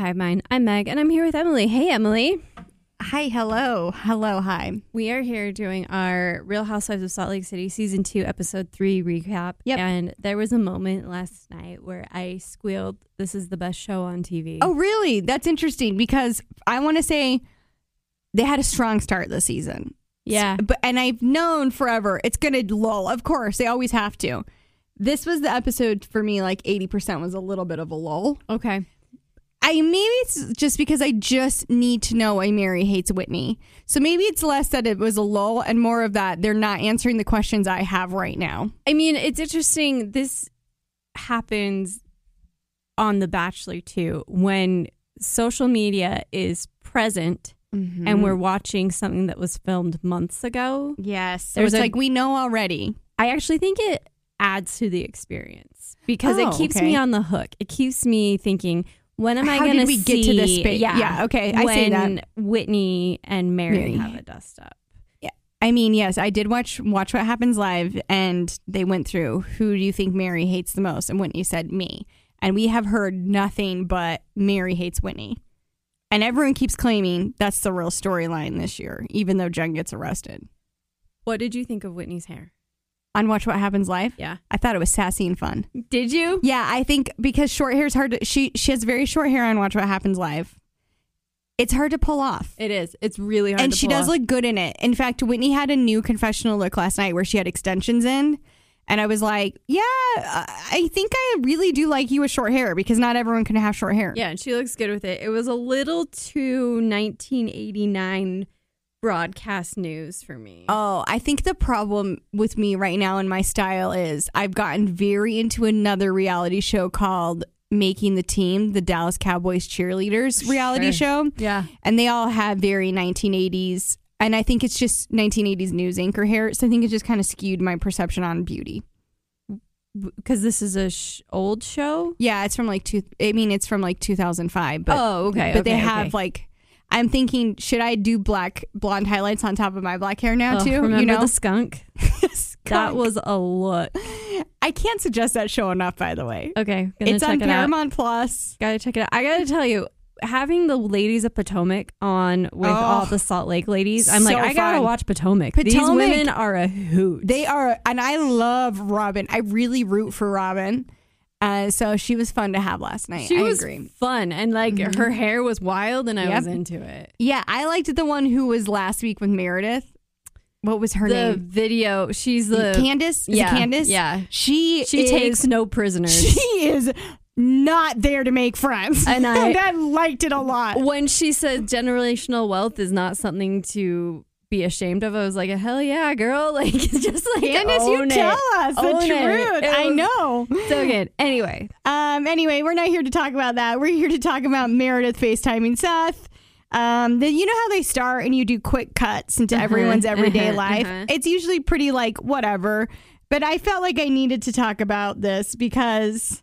I'm Meg, and I'm here with Emily. Hey, Emily. Hi, hello, hello, hi. We are here doing our Real Housewives of Salt Lake City season two, episode three recap. Yep. And there was a moment last night where I squealed, This is the best show on TV. Oh, really? That's interesting because I want to say they had a strong start this season. yeah. But and I've known forever it's gonna lull. Of course, they always have to. This was the episode for me. Like eighty percent was a little bit of a lull. Okay. I maybe it's just because I just need to know why Mary hates Whitney. So maybe it's less that it was a lull and more of that they're not answering the questions I have right now. I mean, it's interesting. This happens on The Bachelor too, when social media is present and we're watching something that was filmed months ago. Yes, so There's it's a- like we know already. I actually think it adds to the experience because Oh, it keeps okay. me on the hook. It keeps me thinking, when am I How going did we get to this space? Yeah, Yeah, okay, I see when that. Whitney and Mary, Mary. have a dust up. I mean, yes, I did watch Watch What Happens Live, and they went through who do you think Mary hates the most, and Whitney said me, and we have heard nothing but Mary hates Whitney, and everyone keeps claiming that's the real storyline this year, even though Jen gets arrested What did you think of Whitney's hair? on Watch What Happens Live. Yeah, I thought it was sassy and fun. did you? Yeah, I think because short hair is hard. To, she she has very short hair on Watch What Happens Live. It's hard to pull off. It is. It's really hard. and to she pull does off. look good in it. In fact, Whitney had a new confessional look last night where she had extensions in, and I was like, "Yeah, I I think I really do like you with short hair because not everyone can have short hair." Yeah, and she looks good with it. It was a little too 1989 broadcast news for me. Oh, I think the problem with me right now and my style is I've gotten very into another reality show called Making the Team, the Dallas Cowboys cheerleaders reality show. yeah. and they all have very 1980s and i think it's just 1980s news anchor hair so i think it just kind of skewed my perception on beauty Because this is a sh- old show. yeah it's from like two i mean it's from like 2005 but oh, okay. but they okay, have okay. like i'm thinking should i do black blonde highlights on top of my black hair now Oh, too Remember you know the skunk? That Skunk. was a look. i can't suggest that show enough by the way Okay, gonna it's check on it out. paramount plus Gotta check it out. I gotta tell you, having the ladies of Potomac on with Oh, all the Salt Lake ladies, I'm like, so I gotta fun. watch Potomac. These Potomac- women are a hoot. They are, and I love Robin. I really root for Robin. Uh, so she was fun to have last night. she I was agree. fun, and like her hair was wild, and I Mm-hmm. Yep. was into it. Yeah, I liked the one who was last week with Meredith. What was her the name? video, she's the Candace? Is yeah, it Candace? yeah. She she is- takes no prisoners. she is not there to make friends. And I- I liked it a lot. when she says generational wealth is not something to be ashamed of, I was like, hell yeah, girl! Like just like Candace, you own it. tell us the Own it. truth. It I was know. So good. Anyway, Um, anyway, we're not here to talk about that. We're here to talk about Meredith FaceTiming Seth. Um, the, you know how they start and you do quick cuts into everyone's everyday uh-huh, life? uh-huh. It's usually pretty like whatever. But I felt like I needed to talk about this because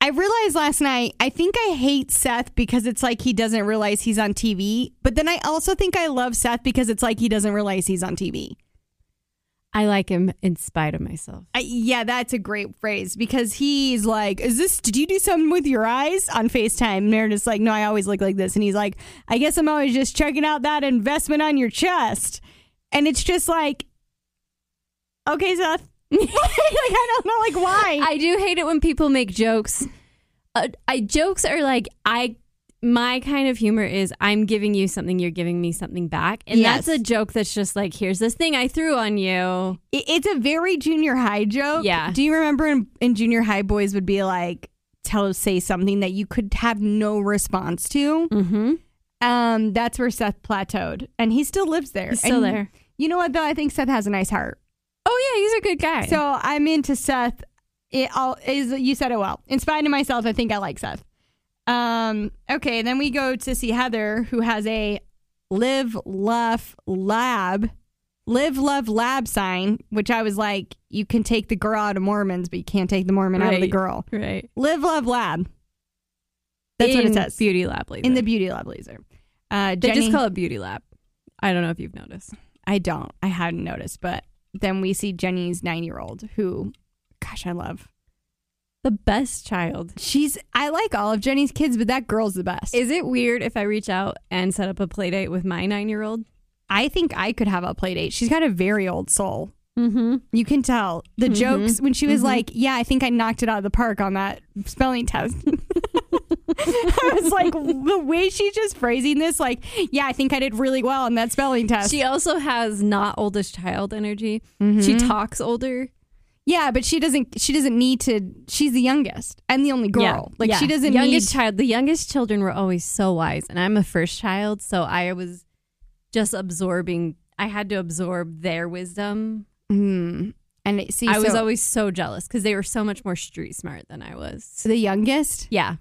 I realized last night I think I hate Seth because it's like he doesn't realize he's on TV. But then I also think I love Seth because it's like he doesn't realize he's on TV. I like him in spite of myself. I, yeah, that's a great phrase because he's like, "Is this? Did you do something with your eyes on Facetime?" Meredith's like, "No, I always look like this," and he's like, "I guess I'm always just checking out that investment on your chest," and it's just like, "Okay, Seth." like I don't know, like why? I do hate it when people make jokes. Uh, I jokes are like I my kind of humor is I'm giving you something, you're giving me something back, and Yes. that's a joke that's just like here's this thing I threw on you. It- it's a very junior high joke. Yeah. Do you remember in, in junior high, boys would be like, "Tell, say something that you could have no response to." Mm-hmm. Um, that's where Seth plateaued, and he still lives there. He's still And there. You know what though? I think Seth has a nice heart. Oh yeah, he's a good guy. So I'm into Seth. It all is you said it well. In spite of myself, I think I like Seth. Um, okay, then we go to see Heather, who has a live, love, lab, live, love, lab sign, which I was like, you can take the girl out of Mormons, but you can't take the Mormon out of the Right. girl. right. Live, love, lab. That's what it In says Beauty lab laser. in the beauty lab laser. Uh, they Jenny- just call it beauty lab. I don't know if you've noticed. I don't. I hadn't noticed, but then we see Jenny's nine year old who, gosh, I love. the best child. She's I like all of Jenny's kids, but that girl's the best. Is it weird if I reach out and set up a play date with my nine year old? I think I could have a play date. She's got a very old soul. Mm-hmm. You can tell the Mhm. jokes when she was Mhm. like, "Yeah, I think I knocked it out of the park on that spelling test." I was like, the way she's just phrasing this, like, "Yeah, I think I did really well on that spelling test." She also has not oldest child energy. She Mhm. talks older. yeah, but she doesn't. She doesn't need to. She's the youngest and the only girl. Like she doesn't Youngest need. child. The youngest children were always so wise, and I'm a first child, so I was just absorbing. I had to absorb their wisdom. Mm. And it, see, I was so- always so jealous because they were so much more street smart than I was. the youngest. Yeah.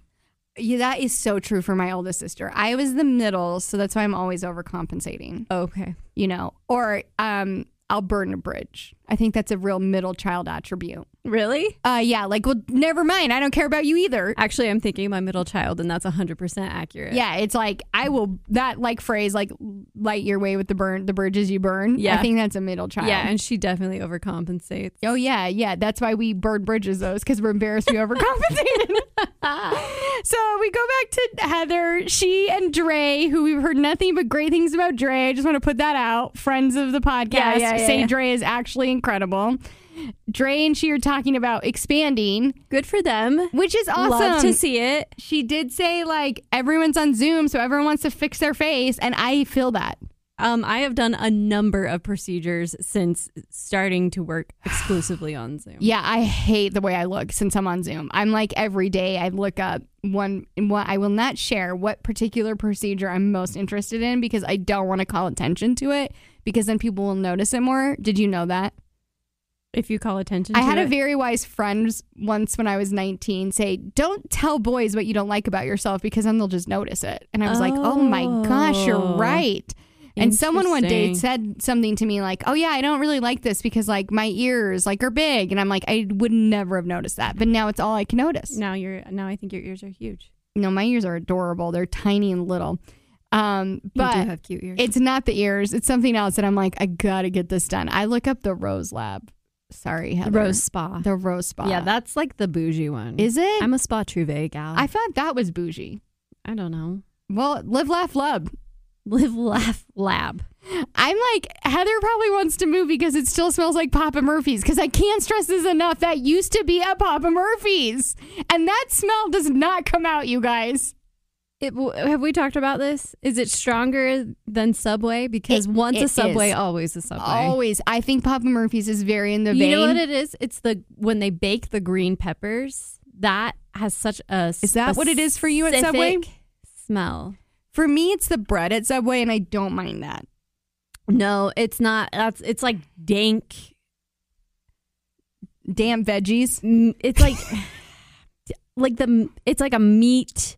Yeah, that is so true for my oldest sister. I was the middle, so that's why I'm always overcompensating, Okay. you know. Or um I'll burn a bridge. I think that's a real middle child attribute. Really? Uh yeah, like well never mind, I don't care about you either. Actually, I'm thinking my middle child, and that's 100% accurate. Yeah, it's like I will that like phrase like light your way with the burn the bridges you burn. Yeah. I think that's a middle child. Yeah, and she definitely overcompensates. Oh yeah, yeah. That's why we burn bridges those because we're embarrassed we overcompensated. so we go back to Heather, she and Dre, who we've heard nothing but great things about Dre. I just want to put that out. Friends of the podcast Yeah, yeah, yeah, say yeah. Dre is actually incredible. Dre and she are talking about expanding, Good for them. which is awesome. Love to see it. she did say like everyone's on Zoom, so everyone wants to fix their face, and I feel that. Um, I have done a number of procedures since starting to work exclusively on Zoom. Yeah, I hate the way I look since I'm on Zoom. I'm like every day I look up one what I will not share what particular procedure I'm most interested in because I don't want to call attention to it because then people will notice it more. Did you know that? If you call attention I to had it. a very wise friend once when I was 19 say, "Don't tell boys what you don't like about yourself because then they'll just notice it." And I was like, "Oh my gosh, you're Oh. right." And someone one day Interesting. said something to me like, "Oh yeah, I don't really like this because like my ears like are big," and I'm like, "I would never have noticed that, but now it's all I can notice." now you're now I think your ears are huge. No, my ears are adorable; they're tiny and little, um, you do but have cute ears. it's not the ears; it's something else. And I'm like, I gotta get this done. I look up the Rose Lab. Sorry, Heather. Rose spa. the Rose Spa. Yeah, that's like the bougie one. is it. I'm a spa trouvé gal. I thought that was bougie. I don't know. Well, live, laugh, love. Live, laugh, lab. I'm like, Heather probably wants to move because it still smells like Papa Murphy's. Because I can't stress this enough. That used to be a Papa Murphy's. And that smell does not come out, you guys. It, w- have we talked about this? Is it stronger than Subway? Because It- once it a Subway, is. always a Subway. Always. I think Papa Murphy's is very in the you vein. know what it is? It's the when they bake the green peppers. That has such a Is that what it is for you at Subway? specific Smell. For me, it's the bread at Subway, and I don't mind that. No, it's not. That's it's like dank. Damn veggies. Mm, It's like like the it's like a meat.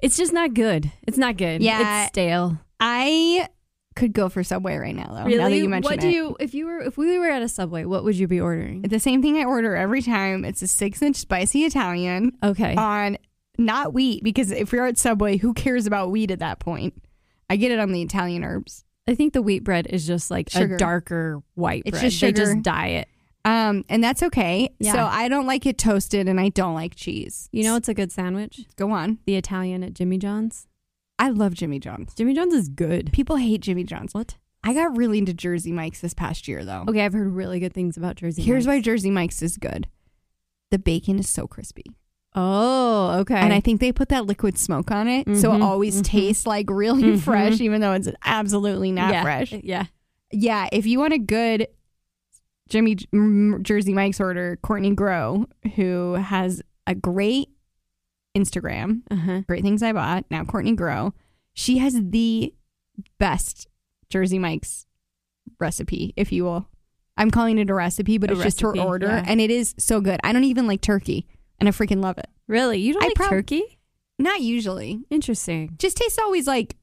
It's just not good. It's not good. Yeah. it's stale. I could go for Subway right now, though. Now that you mention what it. do you if you were if we were at a Subway, what would you be ordering? the same thing I order every time. It's a six inch spicy Italian. Okay. on not wheat because if you're at Subway, who cares about wheat at that point? I get it on the Italian herbs. I think the wheat bread is just like Sugar. a darker white It's bread. just They sugar. just dye it. Um, and that's okay. Yeah. So I don't like it toasted and I don't like cheese. You know what's a good sandwich? Go on. The Italian at Jimmy John's. I love Jimmy John's. Jimmy John's is good. People hate Jimmy John's. What? I got really into Jersey Mike's this past year though. Okay, I've heard really good things about Jersey. Here's why Mike's. Jersey Mike's is good. The bacon is so crispy. Oh, okay. And I think they put that liquid smoke on it. So it Mhm, always mhm. tastes like really Mhm. fresh, even though it's absolutely not yeah, fresh. Yeah. Yeah, if you want a good Jimmy J- M- Jersey Mike's order, Courtney Grow, who has a great Instagram, Uh huh. great things I bought. Now Courtney Grow, she has the best Jersey Mike's recipe, if you will. I'm calling it a recipe, but A it's just her recipe, order, yeah. and it is so good. I don't even like turkey, and I freaking love it. Really? You don't I like prob- turkey? Not usually, Interesting. just tastes always like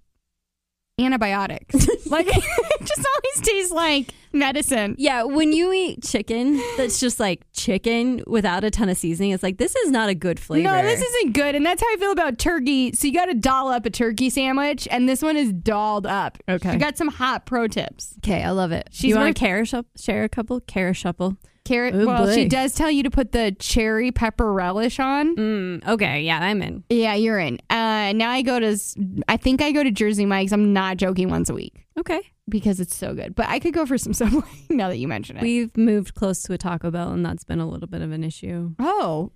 antibiotics. like it just always tastes like medicine. Yeah, when you eat chicken that's just like chicken without a ton of seasoning, it's like this is not a good flavor. No, this isn't good. And that's how I feel about turkey. So you got to doll up a turkey sandwich, and this one is dolled up. Okay. You got some hot pro tips. okay. I love it. She's you want worth- to carousel, share a couple carousel. Carrot. Oh, well, she boy. does tell you to put the cherry pepper relish on. Mm, okay, yeah, I'm in. Yeah, you're in. Uh, now I go to, s- I think I go to Jersey Mike's. I'm not joking once a week Okay, because it's so good. But I could go for some Subway now that you mention it. we've moved close to a Taco Bell, and that's been a little bit of an issue oh,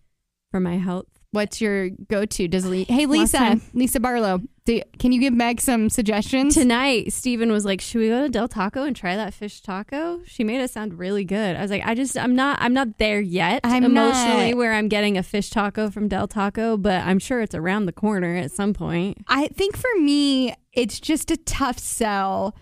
for my health. what's your go to? Does Lee, hey Last Lisa, time- Lisa Barlow, do, can you give Meg some suggestions? Tonight, Steven was like, "Should we go to Del Taco and try that fish taco?" She made it sound really good. I was like, "I just, I'm not, I'm not there yet I'm emotionally not. where I'm getting a fish taco from Del Taco, but I'm sure it's around the corner at some point." I think for me, it's just a tough sell.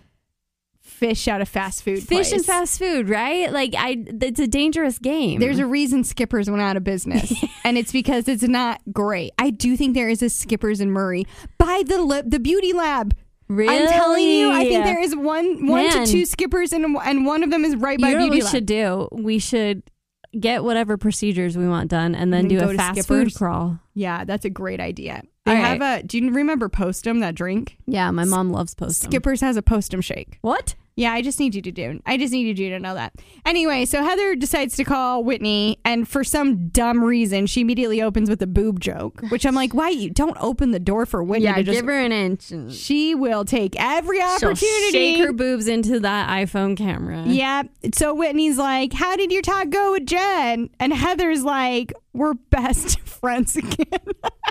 Fish out of fast food. Fish and place. fast food, right? Like, I, it's a dangerous game. There's a reason Skippers went out of business, and it's because it's not great. I do think there is a Skippers in Murray by the li- the Beauty Lab. really? I'm telling you, I think there is one one Man. to two Skippers, and and one of them is right by you know what Beauty we Lab. should do? We should get whatever procedures we want done and then Then do go a to fast Skipper's. food crawl. yeah, that's a great idea. They All have a. Do you remember Postum that drink? Yeah, my mom loves postum. Skippers has a Postum shake. What? Yeah, I just need you to do. I just needed you to know that. Anyway, so Heather decides to call Whitney, and for some dumb reason, she immediately opens with a boob joke, which I'm like, why you don't open the door for Whitney? to just, her an inch and she will take every opportunity. shake her boobs into that iPhone camera. yeah. So Whitney's like, "How did your talk go with Jen?" And Heather's like, "We're best friends again."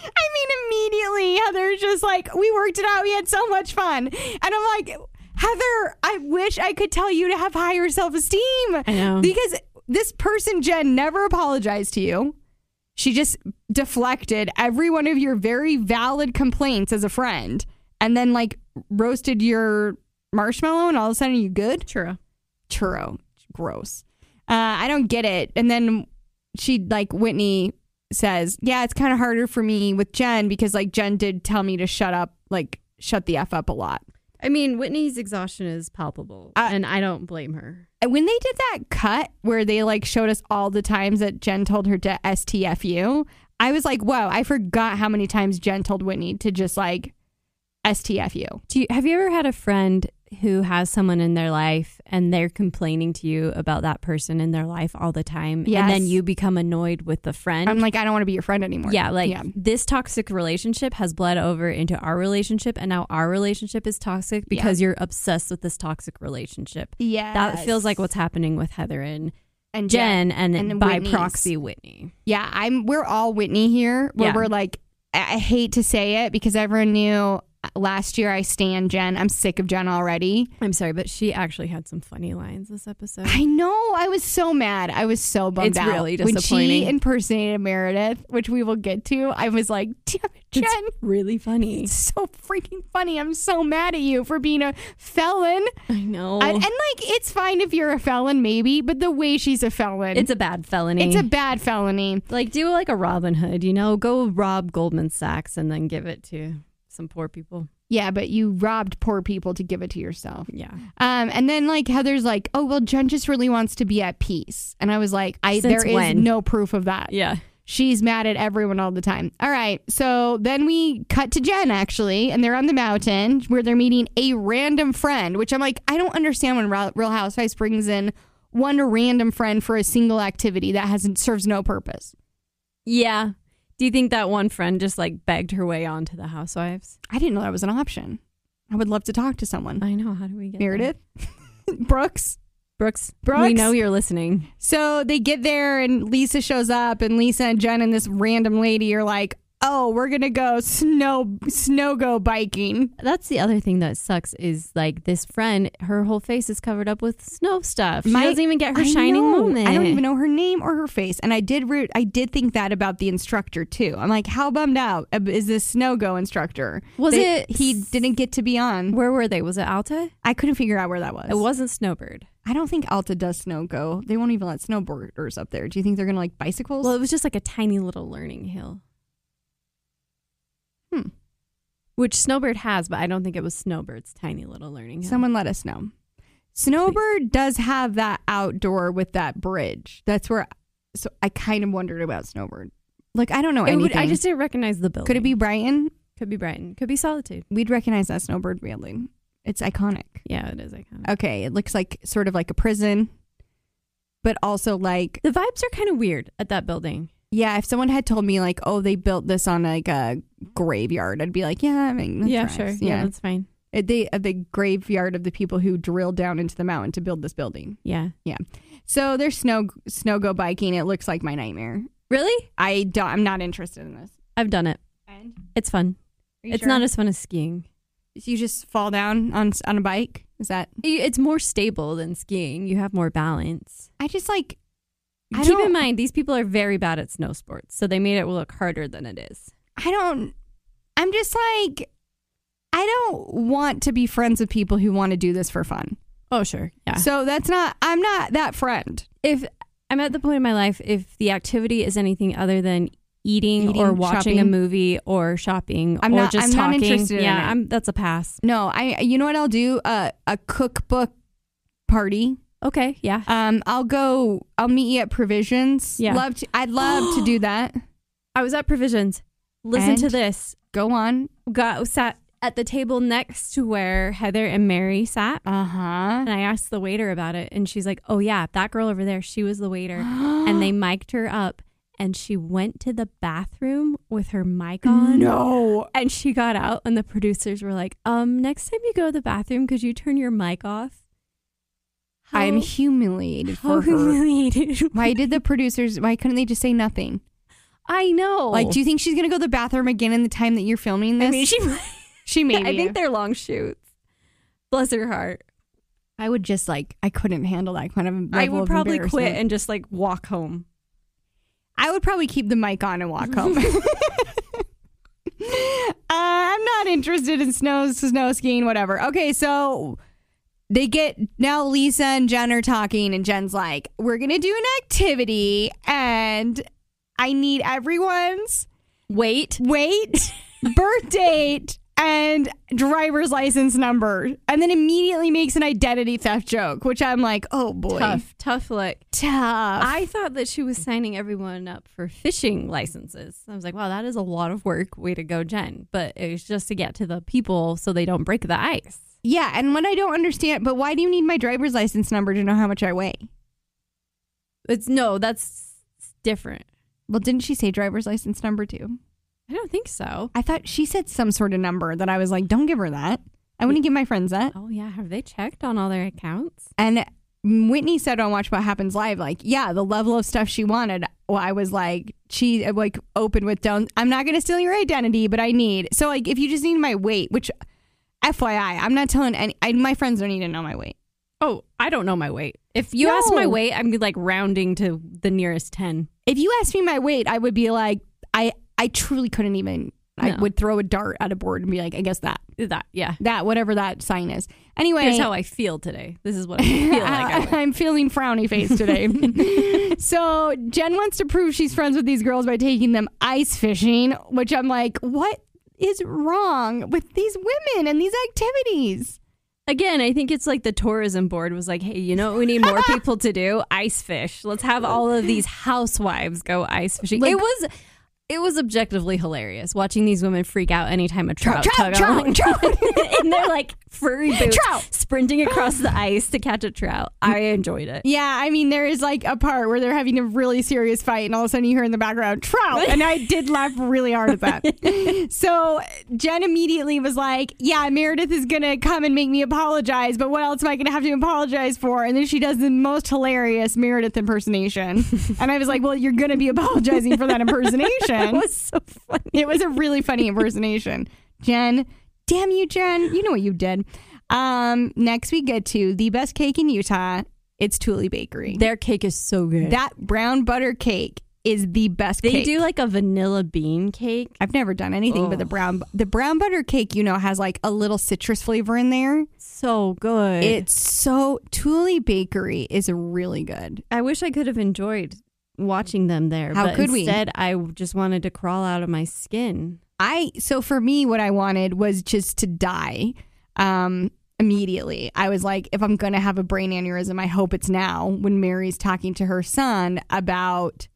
I mean, immediately Heather's just like, "We worked it out. We had so much fun," and I'm like, "Heather, I wish I could tell you to have higher self esteem." I know. because this person Jen never apologized to you. She just deflected every one of your very valid complaints as a friend, and then like roasted your marshmallow, and all of a sudden you good True. churro. Gross. Uh, I don't get it. And then she like Whitney says, "Yeah, it's kind of harder for me with Jen because like Jen did tell me to shut up, like shut the f up a lot." I mean, Whitney's exhaustion is palpable, I- and I don't blame her. And when they did that cut where they like showed us all the times that Jen told her to STFU, I was like, "Whoa, I forgot how many times Jen told Whitney to just like STFU." Do you have you ever had a friend who has someone in their life and they're complaining to you about that person in their life all the time, Yes. and then you become annoyed with the friend? I'm like, "I don't want to be your friend anymore." Yeah, like this toxic relationship has bled over into our relationship, and now our relationship is toxic because you're obsessed with this toxic relationship. yeah. That feels like what's happening with Heather and and Jen, and, And then by Whitney's. proxy Whitney. Yeah, I'm. We're all Whitney here. Where Yeah. we're like, I I hate to say it because everyone knew last year I stand Jen. I'm sick of Jen already. I'm sorry, but she actually had some funny lines this episode. I know. I was so mad. I was so bummed It's out. really When she disappointing. impersonated Meredith, which we will get to, I was like, damn it, Jen. It's really funny. It's so freaking funny. I'm so mad at you for being a felon. I know. I- and like, it's fine if you're a felon, maybe, but the way she's a felon, it's a bad felony. it's a bad felony. like do like a Robin Hood, you know, go rob Goldman Sachs and then give it to some poor people. Yeah, but you robbed poor people to give it to yourself. Yeah. Um, and then like Heather's like, oh well, Jen just really wants to be at peace, and I was like, I Since there is when? no proof of that. Yeah. She's mad at everyone all the time. All right, so then we cut to Jen actually, and they're on the mountain where they're meeting a random friend, which I'm like, I don't understand when Ra- Real Housewives brings in one random friend for a single activity that hasn't serves no purpose. Yeah. Do you think that one friend just like begged her way onto the housewives? I didn't know that was an option. I would love to talk to someone. I know. How do we get Meredith, Brooks, Brooks, Brooks? We know you're listening. So they get there, and Lisa shows up, and Lisa and Jen and this random lady are like, "Oh, we're gonna go snow snow go biking." That's the other thing that sucks is like this friend, her whole face is covered up with snow stuff. She My- doesn't even get her I shining know. moment. I don't even know her name or her face, and I did root. I did think that about the instructor too. I'm like, how bummed out is this snow go instructor? Was They- it- he didn't get to be on? Where were they? Was it Alta? I couldn't figure out where that was. It wasn't Snowbird. I don't think Alta does snow go. They won't even let snowboarders up there. Do you think they're gonna like bicycles? Well, it was just like a tiny little learning hill. Hmm. Which Snowbird has, but I don't think it was Snowbird's tiny little learning hill. Someone let us know. Snowbird does have that outdoor with that bridge. That's where. So I kind of wondered about Snowbird. Like I don't know It anything. would, I just didn't recognize the building. could it be Brighton? Could be Brighton. Could be Solitude. We'd recognize that Snowbird building. It's iconic. Yeah, it is iconic. Okay, it looks like sort of like a prison, but also like The vibes are kind of weird at that building. yeah. If someone had told me like, oh, they built this on like a graveyard, I'd be like, yeah, I mean, that yeah, tracks. sure. Yeah. yeah. that's fine. It- They uh, the graveyard of the people who drilled down into the mountain to build this building. Yeah. So there's snow snow go biking. It looks like my nightmare. Really? I don't, I'm not interested in this. I've done it. And It's fun. It's not as fun as skiing. you just fall down on s- on a bike. Is that? You- It's more stable than skiing. You have more balance. I just like. I Keep in don't- mind, these people are very bad at snow sports, so they made it look harder than it is. I don't. I'm just like. I don't want to be friends with people who want to do this for fun. Oh, sure. Yeah. So that's not. I'm not that friend. if I'm at the point in my life, if the activity is anything other than eating, Eating, or watching a shopping. movie or shopping I'm or not- just I'm not talking, interested in yeah, it. I'm, that's a pass. No, I. You know what I'll do? Uh, a cookbook party. Okay. Yeah. Um, I'll go. I'll meet you at Provisions. Yeah. love. To, I'd love to do that. I was at Provisions. Listen to And? this. Go on. Got sat at the table next to where Heather and Mary sat. Uh huh. And I asked the waiter about it, and she's like, "Oh yeah, that girl over there, she was the waiter." and they mic'd her up, and she went to the bathroom with her mic on. No. And she got out, and the producers were like, "Um, next time you go to the bathroom, could you turn your mic off?" How- I'm humiliated how for her. humiliated. Why did the producers? Why couldn't they just say nothing? I know. Like, do you think she's gonna go to the bathroom again in the time that you're filming this? Oh. I mean, she. she may. I think be. they're long shoots. Bless her heart. I would just like. I couldn't handle that kind of. Level I would of probably quit embarrassment. and just like walk home. I would probably keep the mic on and walk home. uh, I'm not interested in snow, snow skiing, whatever. Okay, so they get now Lisa and Jen are talking, and Jen's like, "We're gonna do an activity, and I need everyone's Wait. weight, birth date, and driver's license number," and then immediately makes an identity theft joke, which I'm like, "Oh boy, Tough, tough look. tough." I thought that she was signing everyone up for fishing licenses. I was like, wow, that is a lot of work. Way to go, Jen. But it was just to get to the people so they don't break the ice. Yeah, and what I don't understand, but why do you need my driver's license number to know how much I weigh? It's no, that's different. Well, didn't she say driver's license number too? I don't think so. I thought she said some sort of number that I was like, don't give her that. I wouldn't give my friends that. Oh, yeah. Have they checked on all their accounts? And Whitney said on Watch What Happens Live, like, yeah, the level of stuff she wanted. Well, I was like, she like opened with, don't, I'm not going to steal your identity, but I need. So, like, if you just need my weight, which FYI, I'm not telling any, I, my friends don't need to know my weight. Oh, I don't know my weight. If you No. ask my weight, I'm like rounding to the nearest 10. if you asked me my weight, I would be like, I I truly couldn't even. I No. would throw a dart at a board and be like, I guess that That, yeah. that whatever that sign is. Anyway, Here's how I feel today. This is what I feel like. I would. am feeling frowny face today. so Jen wants to prove she's friends with these girls by taking them ice fishing, which I'm like, what is wrong with these women and these activities? Again, I think it's like the tourism board was like, hey, you know what we need more people to do? Ice fish. Let's have all of these housewives go ice fishing. Like- it was it was objectively hilarious watching these women freak out anytime a trout, trout, Uh, tug on- trout, and they're like furry boots Trout. sprinting across the ice to catch a trout. I enjoyed it. Yeah, I mean, there is like a part where they're having a really serious fight, and all of a sudden you hear in the background, trout. And I did laugh really hard at that. so Jen immediately was like, Yeah, Meredith is going to come and make me apologize, but what else am I going to have to apologize for? And then she does the most hilarious Meredith impersonation. and I was like, Well, you're going to be apologizing for that impersonation. It was so funny. It was a really funny impersonation. Jen, damn you, Jen. You know what you did. Um, next we get to the best cake in Utah. It's Thule Bakery. Their cake is so good. that brown butter cake is the best they cake. do Oh. like a vanilla bean cake. I've never done anything but the Ugh. brown the brown butter cake, you know, has like a little citrus flavor in there. So good. It's so Thule Bakery is really good. I wish I could have enjoyed watching them there. How but could we? instead, I just wanted to crawl out of my skin. I so for me what I wanted was just to die. Um immediately. I was like, if I'm going to have a brain aneurysm, I hope it's now when Mary's talking to her son about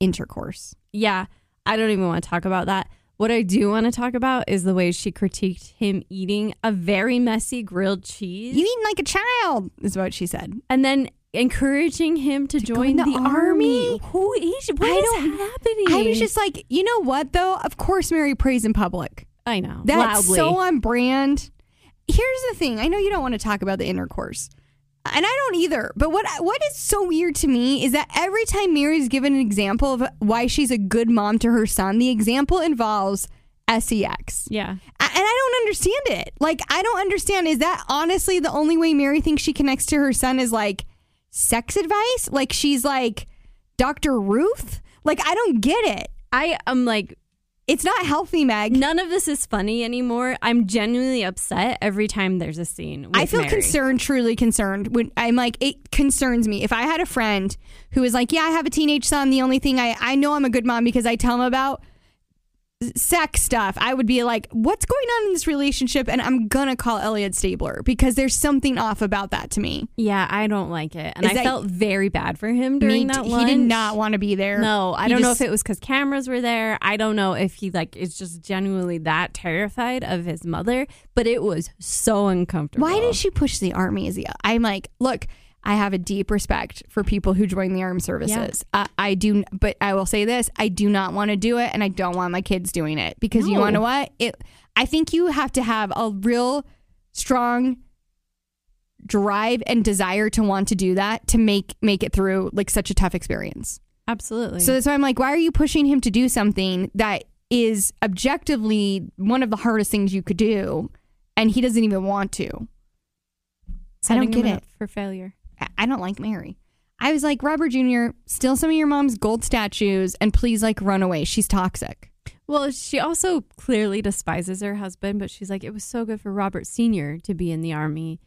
intercourse. Yeah, I don't even want to talk about that. What I do want to talk about is the way she critiqued him eating a very messy grilled cheese You eating like a child, is what she said. and then encouraging him to, go join in the the, army. army. Who is what I is don't- happening? I was just like, you know what, though? Of course, Mary prays in public. I know. That's loudly. so on brand. Here's the thing. I know you don't want to talk about the intercourse. And I don't either. But what what is so weird to me is that every time Mary's given an example of why she's a good mom to her son, the example involves sex. yeah. I- and I don't understand it. Like, I don't understand. Is that honestly the only way Mary thinks she connects to her son is like sex advice? Like, she's like Dr. Ruth? Like, I don't get it. I am like It's not healthy, Meg. none of this is funny anymore. I'm genuinely upset every time there's a scene. With I feel Mary. concerned, truly concerned. When I'm like, it concerns me. If I had a friend who was like, "Yeah, I have a teenage son. The only thing I I know I'm a good mom because I tell him about s- sex stuff," I would be like, "What's going on in this relationship?" And I'm gonna call Elliot Stabler because there's something off about that to me. Yeah, I don't like it, and Is I that- felt very bad for him during Me that too. lunch. He did not want to be there. No, I He don't know just- if it was because cameras were there. I don't know if he like is just genuinely that terrified of his mother. But it was so uncomfortable. Why did she push the army? Is the I'm like, look, I have a deep respect for people who join the armed services. I, I do, but I will say this: I do not want to do it, and I don't want my kids doing it because you No. want to what? It. I think you have to have a real strong drive and desire to want to do that to make make it through like such a tough experience. Absolutely. So that's why I'm like, why are you pushing him to do something that is objectively one of the hardest things you could do, and he doesn't even want to? I don't Setting him get it. up for failure. I- I don't like Mary. I was like, Robert Jr., steal some of your mom's gold statues and please like run away. She's toxic. Well, she also clearly despises her husband, but she's like, it was so good for Robert Senior to be in the army.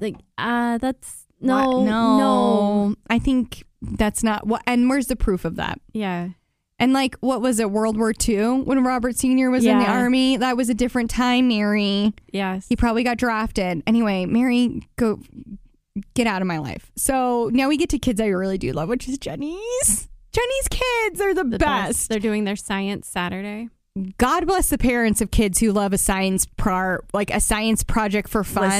Like, uh, that's no, Wha- no, I think that's not what. And where's the proof of that? yeah, And like, what was it, World War II when Robert Sr. was in the Yeah. army? That was a different time, Mary. yes, He probably got drafted. Anyway, Mary, go get out of my life. So now we get to kids I really do love, which is Jenny's. Jenny's kids are the, The best. They're doing their science Saturday. God bless the parents of kids who love a science par like a science project for fun.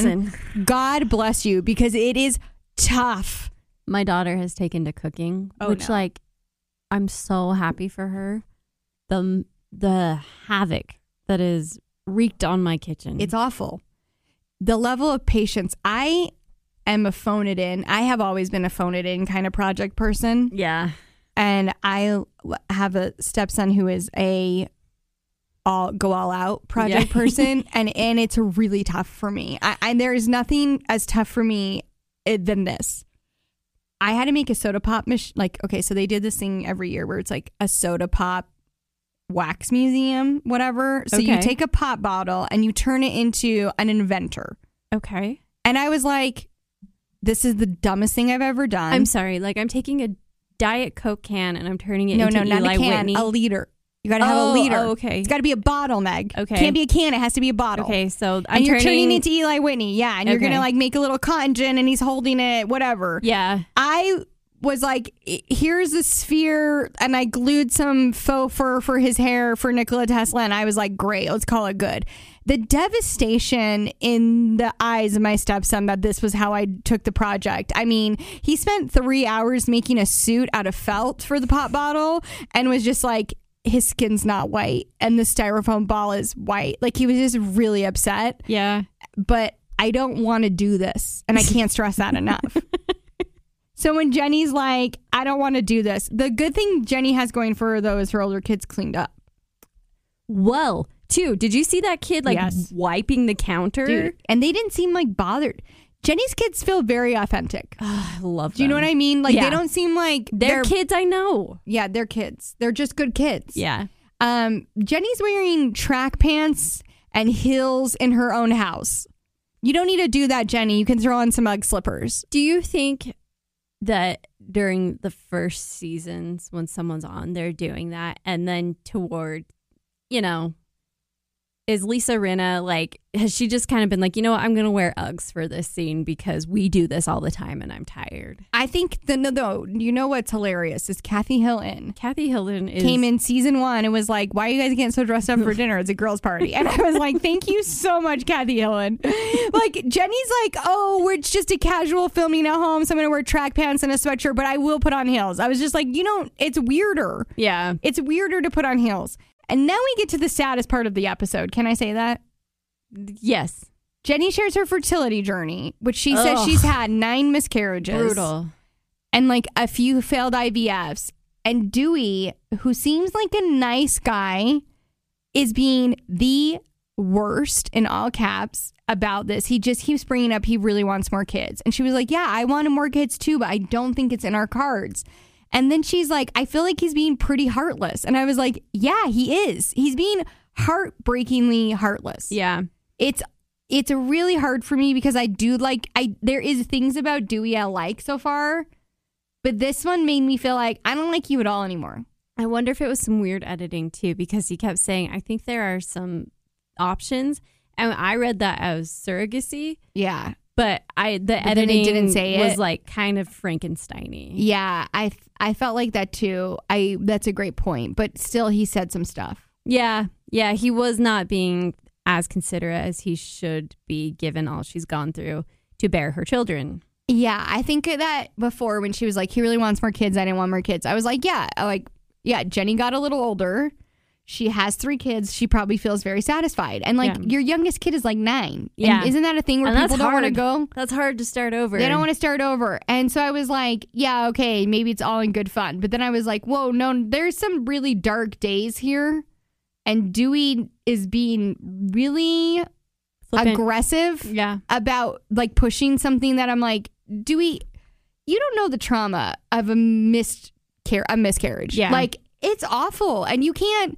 Listen. God bless you because it is tough. My daughter has taken to cooking, Oh, which no. like I'm so happy for her. The the havoc that is wreaked on my kitchen. It's awful. The level of patience. I am a phone it in. I have always been a phone it in kind of project person. yeah. and I l- have a stepson who is a all go all out project Yeah. person, and and it's really tough for me. I, I there is nothing as tough for me eh, than this. I had to make a soda pop machine. Like okay, so they did this thing every year where it's like a soda pop wax museum, whatever. So you Okay. take a pop bottle and you turn it into an inventor. Okay. And I was like, this is the dumbest thing I've ever done. I'm sorry. Like I'm taking a Diet Coke can and I'm turning it no, into no, not Eli a can, Whitney. a liter. You gotta have a Oh, liter. oh, okay. It's gotta be a bottle, Meg. Okay. Can't be a can. It has to be a bottle. okay, so I'm And you're turning, turning into Eli Whitney, yeah. And you're gonna Okay. like make a little cotton gin, and he's holding it, whatever. Yeah. I was like, "I- here's the sphere, and I glued some faux fur for his hair for Nikola Tesla, and I was like, great, let's call it good. The devastation in the eyes of my stepson that this was how I took the project. I mean, he spent three hours making a suit out of felt for the pop bottle and was just like, his skin's not white and the styrofoam ball is white. Like, he was just really upset Yeah. but I don't want to do this. And I can't stress that enough. so when Jenny's like, I don't want to do this, the good thing Jenny has going for her, though, is her older kids cleaned up. Well, too. Did you see that kid like Yes. wiping the counter? Dude. And they didn't seem like bothered. Jenny's kids feel very authentic. I love. Do you know what I mean? Like, they Yeah. don't seem like They're, kids I know. Yeah, they're kids. They're just good kids. Yeah. Um, Jenny's wearing track pants and heels in her own house. You don't need to do that, Jenny. You can throw on some Ugg slippers. Do you think that during the first seasons when someone's on, they're doing that, and then toward, you know, is Lisa Rinna like has she just kind of been like, you know what, I'm gonna wear Uggs for this scene because we do this all the time and I'm tired. I think the no, no you know what's hilarious is Kathy Hilton Kathy Hilton is came in season one and was like, "Why are you guys getting so dressed up for dinner? It's a girls' party." And I was like, "Thank you so much, Kathy Hilton." Like Jenny's like, "Oh, we're it's just a casual filming at home, so I'm gonna wear track pants and a sweatshirt, but I will put on heels." I was just like, "You don't. It's weirder. Yeah. It's weirder to put on heels." And then we get to the saddest part of the episode. Can I say that? Yes. Jenny shares her fertility journey, which she says Ugh. she's had nine miscarriages Brutal. and like a few failed IVFs. And Dewey, who seems like a nice guy, is being the worst in all caps about this. He just keeps bringing up he really wants more kids. And she was like, Yeah, I wanted more kids too, but I don't think it's in our cards. And then she's like, I feel like he's being pretty heartless. And I was like, Yeah, he is. He's being heartbreakingly heartless Yeah. it's it's really hard for me because I do like I there is things about Dewey I like so far, but this one made me feel like I don't like you at all anymore. I wonder if it was some weird editing too, because he kept saying, I think there are some options. And I read that as surrogacy, Yeah, but I the then they editing didn't say was it. like kind of Frankenstein y. yeah, I I felt like that too. I that's a great point, but still he said some stuff. Yeah. Yeah. He was not being as considerate as he should be given all she's gone through to bear her children. Yeah, I think that before when she was like, he really wants more kids. I didn't want more kids. I was like, yeah, like, yeah, Jenny got a little older. She has three kids. She probably feels very satisfied. And like, Yeah. your youngest kid is like nine. And Yeah. isn't that a thing where And that's people don't want to hard. go? That's hard to start over. They don't want to start over. And so I was like, yeah, okay, maybe it's all in good fun. But then I was like, whoa, no, there's some really dark days here. And Dewey is being really aggressive Yeah. about like pushing something that I'm like, Dewey, you don't know the trauma of a missed care a miscarriage. Yeah. Like it's awful and you can't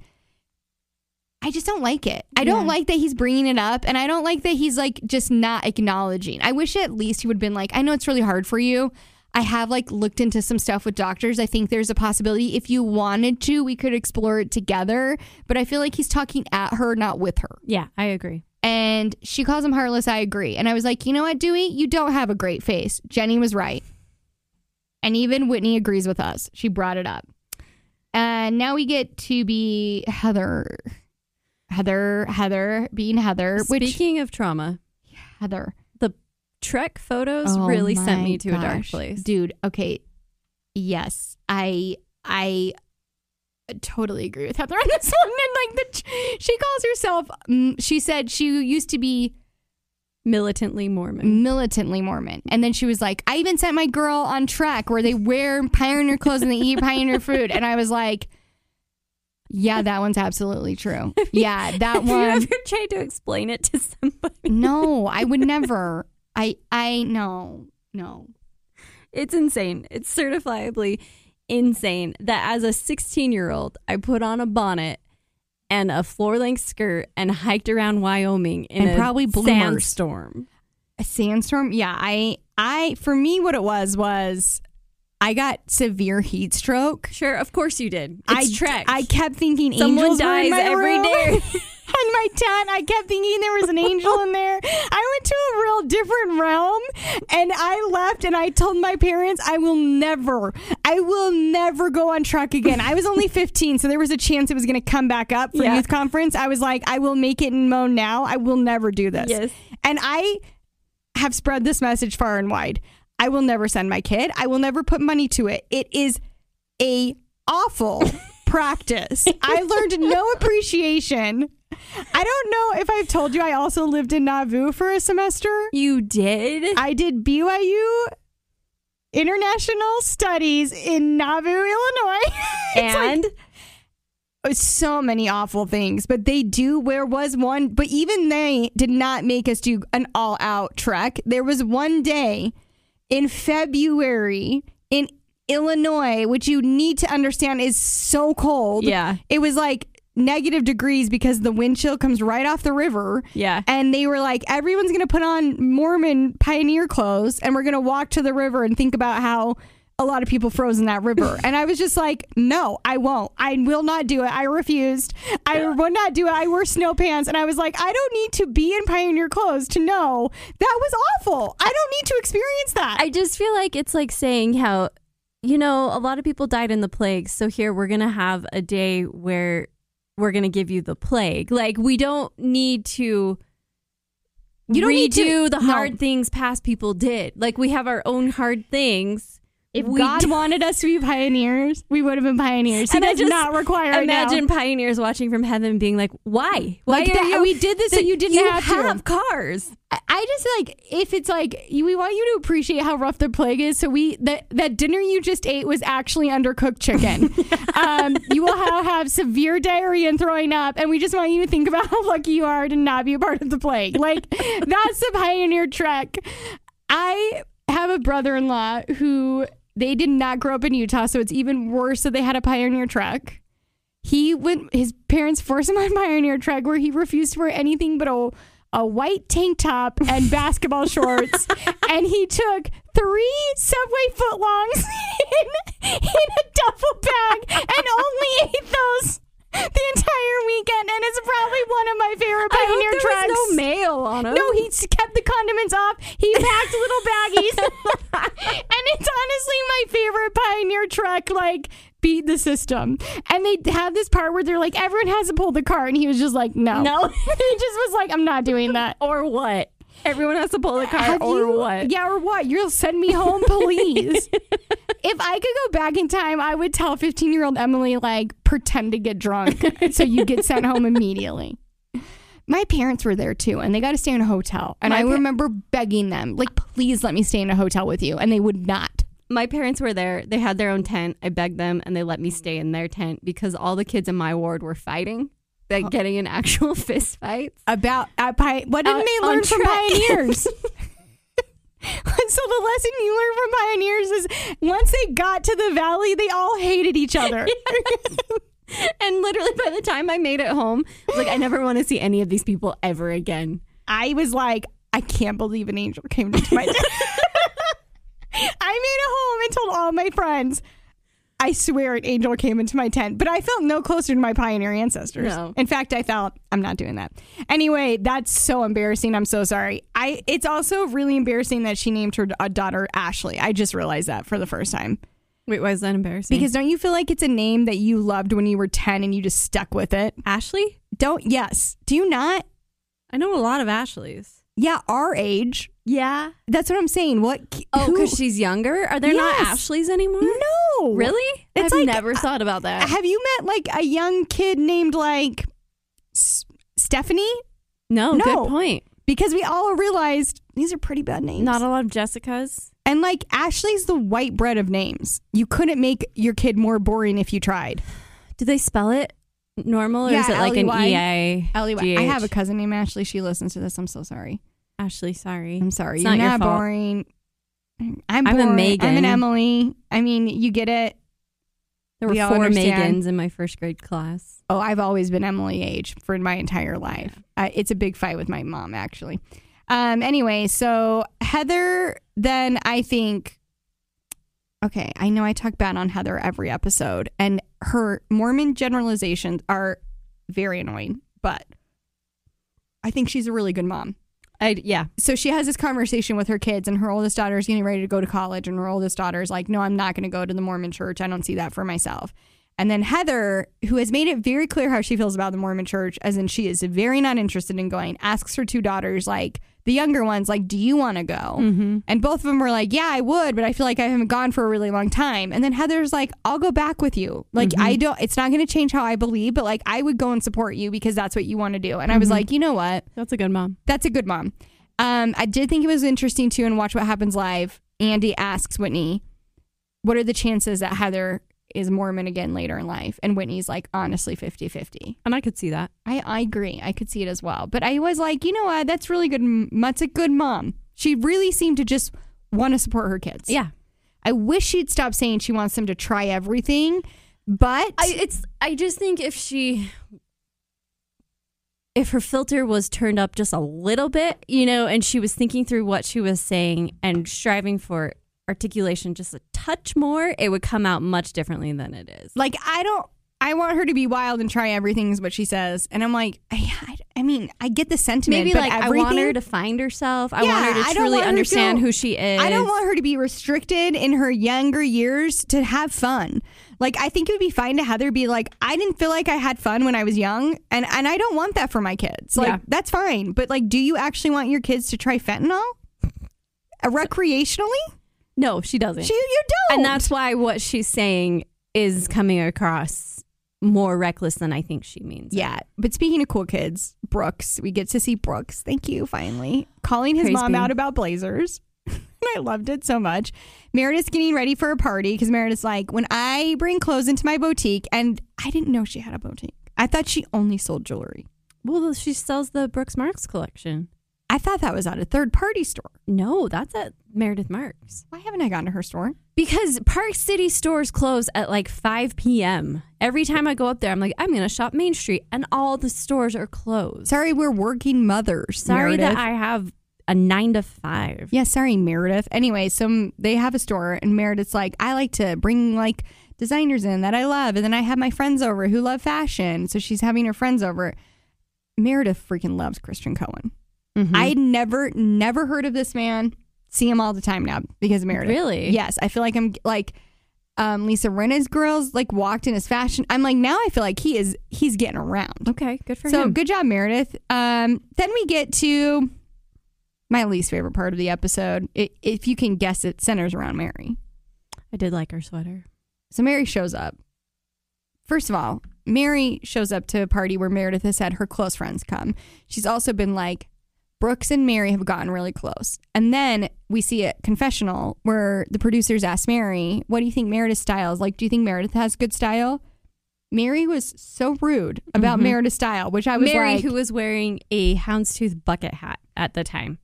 I just don't like it. I don't Yeah. like that he's bringing it up and I don't like that he's like just not acknowledging. I wish at least he would have been like, I know it's really hard for you. I have like looked into some stuff with doctors. I think there's a possibility if you wanted to, we could explore it together. But I feel like he's talking at her, not with her Yeah. I agree. and she calls him heartless. I agree. And I was like, you know what, Dewey, you don't have a great face. Jenny was right. And even Whitney agrees with us. She brought it up. And now we get to be Heather. Heather, Heather, being Heather, which Speaking of trauma, Heather Trek photos Oh really sent my me to a dark gosh. place. Dude, okay. Yes. I I totally agree with Heather on this one. And like the she calls herself mm, she said she used to be Militantly Mormon. militantly Mormon. And then she was like, I even sent my girl on track where they wear pioneer clothes and they eat pioneer food. And I was like, yeah, that one's absolutely true. Yeah, Have that you one. ever tried to explain it to somebody? No, I would never. I, I, no, no. It's insane. It's certifiably insane that as a 16 year old, I put on a bonnet and a floor length skirt and hiked around Wyoming in And a probably bloomers. sandstorm. A sandstorm? Yeah, I, I, for me, what it was, was I got severe heat stroke. Sure, of course you did. It's I, Trek. I kept thinking Someone angels were dies in my every room. day. in my tent. I kept thinking there was an angel in there. I went to a real different realm, and I left. And I told my parents, I will never, I will never go on truck again. I was only 15, so there was a chance it was going to come back up for Yeah. youth conference. I was like, I will make it in Moan now. I will never do this. Yes. And I have spread this message far and wide. I will never send my kid. I will never put money to it. It is a awful practice. I learned no appreciation. I don't know if I've told you I also lived in Nauvoo for a semester. you did? I did BYU International Studies in Nauvoo, Illinois. It's like- and so many awful things, but they do. Where was one? But even they did not make us do an all out trek. There was one day in February in Illinois, which you need to understand is so cold. Yeah. It was like negative degrees because the wind chill comes right off the river. Yeah. And they were like, everyone's going to put on Mormon pioneer clothes and we're going to walk to the river and think about how a lot of people froze in that river. And I was just like, no, I won't. I will not do it. I refused. I will not do it. I wore snow pants. And I was like, I don't need to be in pioneer clothes to know that was awful. I don't need to experience that. I just feel like it's like saying how, you know, a lot of people died in the plague. So here we're going to have a day where we're going to give you the plague. Like, we don't need to. You don't need to the no. hard things past people did. Like we have our own hard things. if we God don't- wanted us to be pioneers, we would have been pioneers. He And I does just not require it now. Imagine pioneers watching from heaven being like, "Why? Why Like are that- you? we did this so you didn't you have to." have cars. I- I just like if it's like you- we want you to appreciate how rough the plague is. So we that that dinner you just ate was actually undercooked chicken. um, you will ha- have severe diarrhea and throwing up, and we just want you to think about how lucky you are to not be a part of the plague. Like that's the pioneer trek. I have a brother-in-law who they did not grow up in Utah, so it's even worse that they had a pioneer trek he went his parents forced him on pioneer trek where he refused to wear anything but a a white tank top and basketball shorts and he took three subway footlongs in, in a duffel bag and only ate those the entire weekend and it's probably one of my favorite I hope pioneer there treks was no mail on them. no, he s- kept the condiments off. He packed little baggies. and it's honestly my favorite Pioneer truck, like, beat the system. And they have this part where they're like, everyone has to pull the cart. And he was just like, no. No. he just was like, I'm not doing that. or what? Everyone has to pull the car Have or you- what? Yeah, or what? You'll send me home, please. if I could go back in time, I would tell 15 year old Emily, like, pretend to get drunk so you get sent home immediately. My parents were there too, and they got to stay in a hotel. And My I pa- remember begging them, like, please let me stay in a hotel with you. And they would not. My parents were there. They had their own tent. I begged them and they let me stay in their tent because all the kids in my ward were fighting, Oh. like getting in actual fist fights. About uh, pi- what didn't Uh, on they learn from track. pioneers? so the lesson you learn from pioneers is once they got to the valley, they all hated each other. And literally by the time I made it home, I was like I never want to see any of these people ever again. I was like, I can't believe an angel came to my door. I made a home and told all my friends, I swear an angel came into my tent. But I felt no closer to my pioneer ancestors. No. In fact, I felt I'm not doing that. Anyway, that's so embarrassing. I'm so sorry. I it's also really embarrassing that she named her uh, daughter Ashley. I just realized that for the first time. Wait, why is that embarrassing? Because don't you feel like it's a name that you loved when you were 10 and you just stuck with it? Ashley? Don't yes. Do you not? I know a lot of Ashleys. Yeah, our age. Yeah. That's what I'm saying. What Oh, who- because she's younger? Are there not Yes. Ashleys anymore? No. Really? It's I've like- never thought about that. Have you met like a young kid named like S- Stephanie? no, No. good point. Because we all realized these are pretty bad names. Not a lot of Jessicas. and like Ashley's the white bread of names. You couldn't make your kid more boring if you tried. Do they spell it normal or Yeah, is it like an L E EA? Ellie, GH? I have a cousin named Ashley. She listens to this. I'm so sorry. Ashley, sorry. I'm sorry. It's You're not your not, fault. boring. I'm, I'm a boring. I'm Megan. an Emily. I mean, you get it. There were We all four understand. Megans in my first grade class. Oh, I've always been Emily Age for my entire life. Uh, it's a big fight with my mom, actually. Um, anyway, so Heather, then I think, okay, I know I talk bad on Heather every episode, and her Mormon generalizations are very annoying, but I think she's a really good mom I yeah. so she has this conversation with her kids and her oldest daughter is getting ready to go to college and her oldest daughter is like no i'm not going to go to the mormon church i don't see that for myself and then heather who has made it very clear how she feels about the mormon church as in she is very not interested in going asks her two daughters like the younger ones like do you want to go Mm. Mm-hmm. and both of them were like yeah i would but i feel like i haven't gone for a really long time and then heather's like i'll go back with you like i don't it's not going to change how i believe but like i would go and support you because that's what you want to do and i was like you know what That's a good mom. that's a good mom. Um, I did think it was interesting too. And watch what happens live. Andy asks Whitney, "What are the chances that Heather is Mormon again later in life?" And Whitney's like, "Honestly, 50-50. And I could see that. I I agree. I could see it as well. But I was like, you know what? That's really good. m- That's a good mom. She really seemed to just want to support her kids. Yeah. I wish she'd stop saying she wants them to try everything, but I it's I just think if she if her filter was turned up just a little bit, you know, and she was thinking through what she was saying and striving for articulation just a touch more, it would come out much differently than it is. Like I don't. I want her to be wild and try everything is what she says, and I'm like, I, I, I mean, I get the sentiment. Maybe but like I everything- want her to find herself. I Yeah, want her I to don't truly want her to understand feel- who she is. I don't want her to be restricted in her younger years to have fun. Like I think it would be fine to Heather be like, I didn't feel like I had fun when I was young, and and I don't want that for my kids. Like Yeah. that's fine, but like, do you actually want your kids to try fentanyl? Uh, recreationally, No, she doesn't. she you don't. and that's why what she's saying is coming across more reckless than I think she means. it. yeah. But speaking of cool kids, Brooks, we get to see Brooks. Thank you, finally calling his Praise mom be. out about blazers. I loved it so much. Meredith's getting ready for a party because Meredith's like, when I bring clothes into my boutique, and I didn't know she had a boutique. I thought she only sold jewelry. Well, she sells the Brooks Marks collection. I thought that was at a third party store. No, that's at Meredith Marks. Why haven't I gone to her store? Because Park City stores close at like 5 p.m. Every time I go up there, I'm like, I'm going to shop Main Street, and all the stores are closed. Sorry, we're working mothers. Sorry Meredith. that I have a nine to five. Yeah, sorry, Meredith. Anyway, so they have a store, and Meredith's like, I like to bring like designers in that I love, and then I have my friends over who love fashion. So she's having her friends over. Meredith freaking loves Christian Cohen. Mm-hmm. I had never, never heard of this man. See him all the time now because of Meredith. Really? Yes, I feel like I'm like um, Lisa Rinna's girls like walked in his fashion. I'm like now I feel like he is he's getting around. Okay, good for So him. good job, Meredith. Um, then we get to my least favorite part of the episode. I if you can guess, it centers around Mary. I did like her sweater. So Mary shows up. First of all, Mary shows up to a party where Meredith has had her close friends come. She's also been like, Brooks and Mary have gotten really close. And then we see a confessional where the producers ask Mary, What do you think Meredith's style is? Like, do you think Meredith has good style? Mary was so rude about Meredith's style, which I was Mm-hmm. Mary, like, who was wearing a houndstooth bucket hat at the time.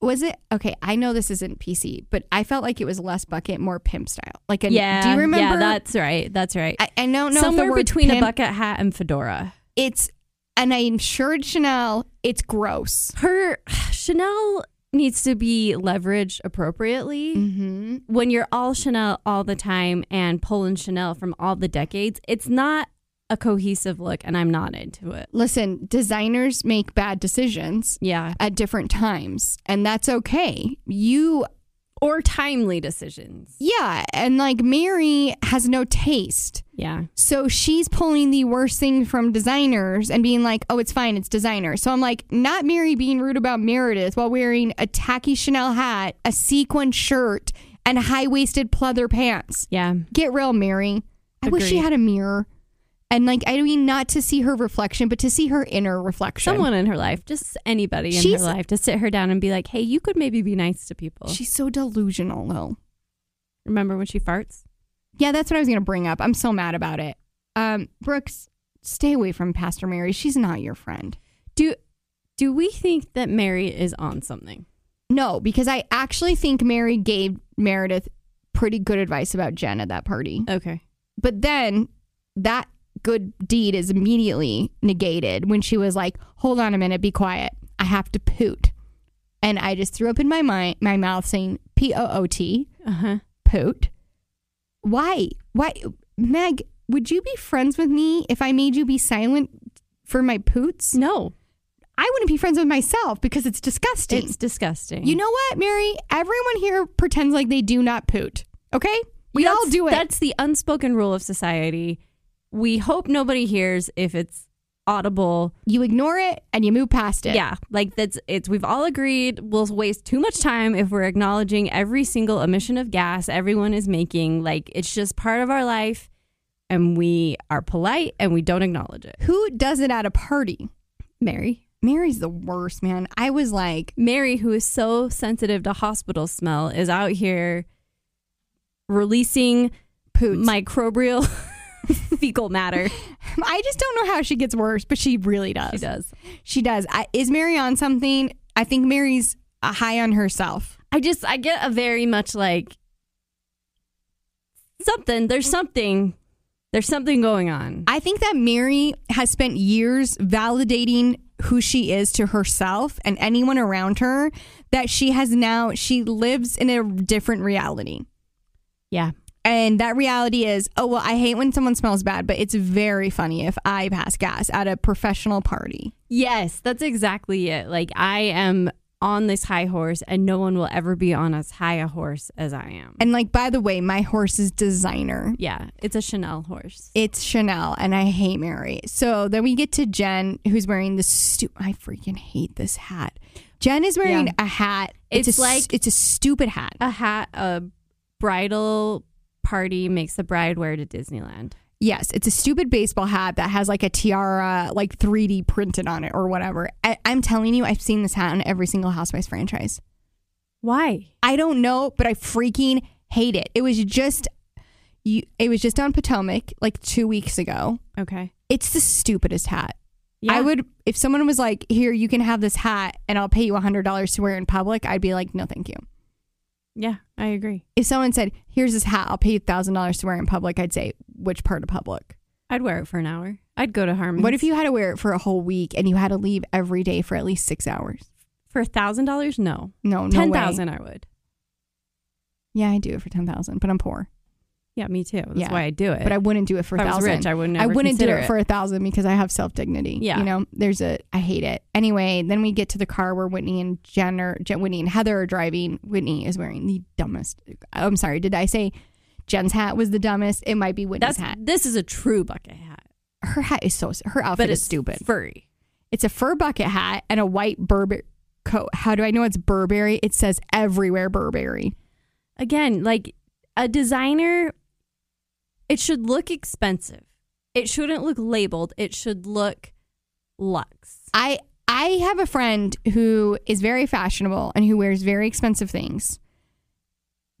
was it okay? I know this isn't PC, but I felt like it was less bucket, more pimp style. Like, a, Yeah. do you remember? Yeah, that's right. That's right. I, I don't know. if the Somewhere word between pimp- a bucket hat and fedora. It's, and I'm sure it's Chanel. It's gross. Her Chanel needs to be leveraged appropriately. Mm-hmm. When you're all Chanel all the time and pulling Chanel from all the decades, it's not a cohesive look, and I'm not into it. Listen, designers make bad decisions Yeah. at different times, and that's okay. You, Or timely decisions. yeah, and like Mary has no taste. Yeah. So she's pulling the worst thing from designers and being like, oh, it's fine, it's designer. So I'm like, not Mary being rude about Meredith while wearing a tacky Chanel hat, a sequin shirt, and high waisted pleather pants. Yeah. Get real, Mary. I wish she Agreed. had a mirror. And like, I mean, not to see her reflection, but to see her inner reflection. someone in her life, just anybody in She's- her life, to sit her down and be like, "Hey, you could maybe be nice to people." She's so delusional, though. Remember when she farts? Yeah, that's what I was going to bring up. I'm so mad about it. Um, Brooks, stay away from Pastor Mary. She's not your friend. Do do we think that Mary is on something? No, because I actually think Mary gave Meredith pretty good advice about Jen at that party. Okay. But then that good deed is immediately negated when she was like, "Hold on a minute, be quiet. I have to poot." And I just threw up in my mind, my mouth saying P O O T, Uh huh. poot. Why? Why Meg, would you be friends with me if I made you be silent for my poots? No, I wouldn't be friends with myself because it's disgusting. it's disgusting. You know what, Mary? Everyone here pretends like they do not poot. Okay? We all That's- do it. That's the unspoken rule of society. We hope nobody hears if it's audible. You ignore it and you move past it. Yeah, like that's it's. We've all agreed we'll waste too much time if we're acknowledging every single emission of gas everyone is making. Like it's just part of our life, and we are polite and we don't acknowledge it. Who does it at a party? Mary. Mary's the worst, man. I was like, Mary, who is so sensitive to hospital smell, is out here releasing poots. microbial fecal matter. I just don't know how she gets worse, but she really does. She does. She does. I, is Mary on something? I think Mary's uh, high on herself. I just, I get a very much like something, there's something, there's something going on. I think that Mary has spent years validating who she is to herself and anyone around her that she has now she lives in a different reality. Yeah. And that reality is, oh well, I hate when someone smells bad, but it's very funny if I pass gas at a professional party. Yes, that's exactly it. Like I am on this high horse and no one will ever be on as high a horse as I am. And like by the way, my horse is designer. yeah, it's a Chanel horse. It's Chanel and I hate Mary. So then we get to Jen who's wearing this stu- I freaking hate this hat. Jen is wearing Yeah. a hat. It's a, like- s- it's a stupid hat. A hat a bridal party makes the bride wear to Disneyland. Yes, it's a stupid baseball hat that has like a tiara, like 3D printed on it or whatever. I, I'm telling you, I've seen this hat on every single Housewives franchise. Why? I don't know, but I freaking hate it. It was just, you, it was just on Potomac like two weeks ago. Okay. It's the stupidest hat. Yeah. I would, if someone was like, "Here, you can have this hat, and I'll pay you $100 to wear it in public," I'd be like, "No, thank you." Yeah, I agree. If someone said, "Here's this hat, I'll pay you $1,000 to wear it in public," I'd say, "Which part of public?" I'd wear it for an hour. I'd go to Harmon. What if you had to wear it for a whole week and you had to leave every day for at least six hours? for a thousand dollars? No. No, no Ten way. thousand I would. Yeah, I do it for ten thousand, but I'm poor. Yeah, me too. That's Yeah. why I do it. But I wouldn't do it for if a I was thousand. rich, I would I never wouldn't do consider it for a thousand because I have self dignity. Yeah. you know, there's a I hate it. Anyway, then we get to the car where Whitney and Jen are Jen, Whitney and Heather are driving. Whitney is wearing the dumbest. I'm sorry, did I say Jen's hat was the dumbest? It might be Whitney's That's hat. this is a true bucket hat, Her hat is so her outfit but is it's stupid. furry. It's a fur bucket hat and a white Burberry coat. How do I know it's Burberry? It says everywhere Burberry. again, like a designer, it should look expensive. It shouldn't look labeled. It should look luxe. I I have a friend who is very fashionable and who wears very expensive things.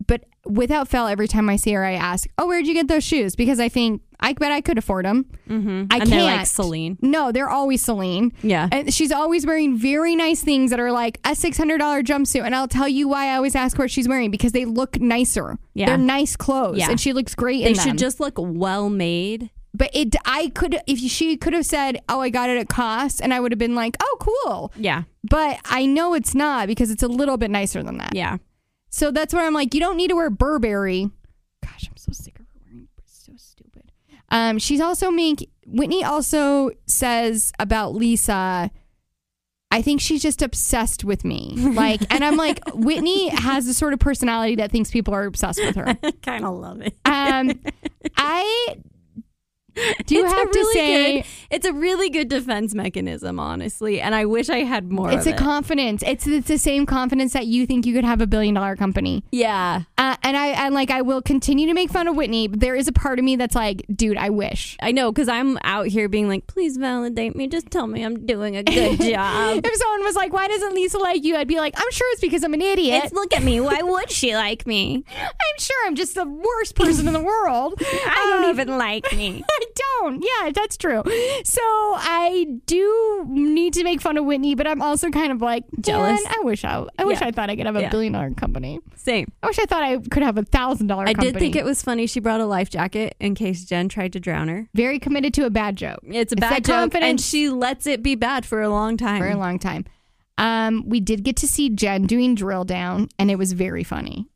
But without fail, every time I see her, I ask, "Oh, where'd you get those shoes?" Because I think I bet I could afford them. Mm-hmm. I and can't. they're like Celine. No, they're always Celine. Yeah. And she's always wearing very nice things that are like a six hundred dollar jumpsuit. And I'll tell you why I always ask what she's wearing because they look nicer. Yeah. they're nice clothes, Yeah. and she looks great. They in should them. just look well made. But it, I could if she could have said, "Oh, I got it at cost," and I would have been like, "Oh, cool." Yeah. But I know it's not because it's a little bit nicer than that. Yeah. So that's where I'm like, you don't need to wear Burberry. Gosh, I'm so sick of her wearing. It's so stupid. Um, she's also make Whitney also says about Lisa. I think she's just obsessed with me. Like, and I'm like, Whitney has the sort of personality that thinks people are obsessed with her. I kind of love it. Um, I do It's a have really to say. good- it's a really good defense mechanism, honestly. And I wish I had more. It's of a it. confidence. It's it's the same confidence that you think you could have a billion dollar company. yeah. Uh, and I and like I will continue to make fun of Whitney. But there is a part of me that's like, dude, I wish. I know because I'm out here being like, please validate me. Just tell me I'm doing a good job. If someone was like, why doesn't Lisa like you? I'd be like, I'm sure it's because I'm an idiot. it's look at me. Why would she like me? I'm sure I'm just the worst person in the world. I don't Um, even like me. I don't. Yeah, that's true. So I do need to make fun of Whitney, but I'm also kind of like "Man, Jealous. I wish I, I wish Yeah. I thought I could have a Yeah. billion dollar company. Same. I wish I thought I could have a thousand dollar. I did think it was funny she brought a life jacket in case Jen tried to drown her. very committed to a bad joke. It's a It's bad that joke, and confidence. she lets it be bad for a long time. for a long time. Um, we did get to see Jen doing drill down, and it was very funny.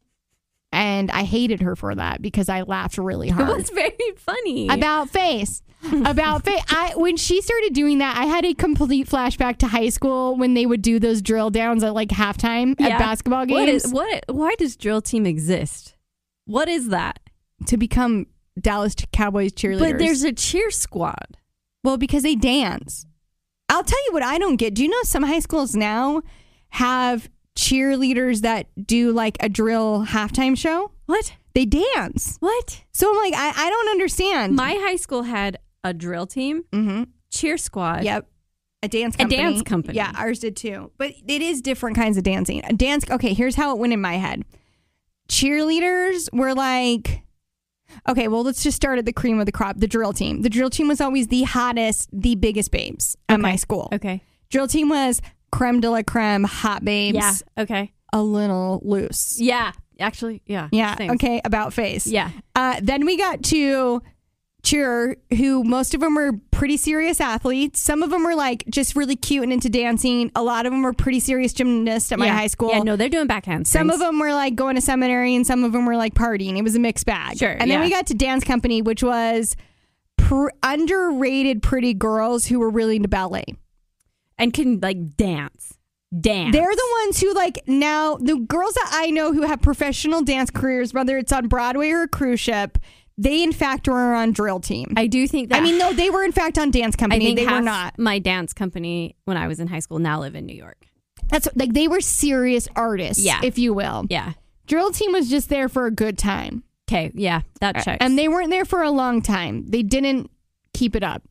And I hated her for that because I laughed really it hard was very funny. about face. About face. I when she started doing that, I had a complete flashback to high school when they would do those drill downs at like halftime Yeah. at basketball What games is what? Why does drill team exist? What is that? to become Dallas Cowboys cheerleaders. But there's a cheer squad. Well, because they dance. I'll tell you what I don't get. Do you know some high schools now have cheerleaders that do like a drill halftime show? What? They dance. What? So I'm like, I, I don't understand. My high school had a drill team, Mhm. cheer squad. Yep. A dance A company. dance company. Yeah, ours did too. But it is different kinds of dancing. A dance okay, here's how it went in my head. Cheerleaders were like Okay, well, let's just start at the cream of the crop, the drill team. The drill team was always the hottest, the biggest babes at my school. Okay. Drill team was creme de la creme, hot babes, Yeah. Okay. a little loose. Yeah. Actually. Yeah. Yeah. Same. Okay. About face. Yeah. Uh, then we got to cheer who most of them were pretty serious athletes. Some of them were like just really cute and into dancing. A lot of them were pretty serious gymnasts at my Yeah. high school. Yeah, no, they're doing backhands. Some of them were like going to seminary and some of them were like partying. It was a mixed bag. Sure, And then yeah. we got to dance company, which was pr- underrated pretty girls who were really into ballet. and can like dance, dance. They're the ones who like now the girls that I know who have professional dance careers, whether it's on Broadway or a cruise ship, they in fact were on drill team. I, I do think that. mean, no, they were in fact on dance I company. think They half were not. My dance company when I was in high school now live in New York. That's like they were serious artists, Yeah. if you will. Yeah. Drill team was just there for a good time. Okay. Yeah, that checks. Uh, And they weren't there for a long time. They didn't keep it up.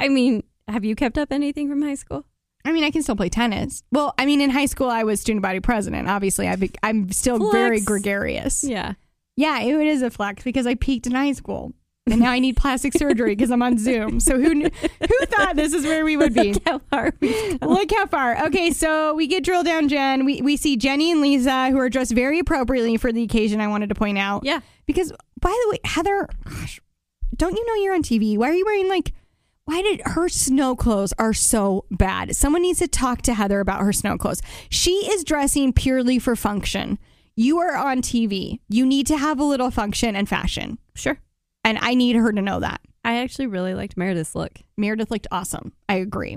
I mean, have you kept up anything from high school? I mean, I can still play tennis. Well, I mean, in high school, I was student body president. Obviously, I be- I'm still Flex. very gregarious. Yeah. Yeah, it is a flex because I peaked in high school. And now I need plastic surgery because I'm on Zoom. So who kn- who thought this is where we would be? How far we've come. Look how far. Okay, so we get drilled down, Jen. We, we see Jenny and Lisa, who are dressed very appropriately for the occasion, I wanted to point out. Yeah. Because, by the way, Heather, gosh, don't you know you're on TV? Why are you wearing like, why did her snow clothes are so bad? Someone needs to talk to Heather about her snow clothes. She is dressing purely for function. You are on TV. You need to have a little function and fashion. Sure. And I need her to know that. I actually really liked Meredith's look. Meredith looked awesome. I agree.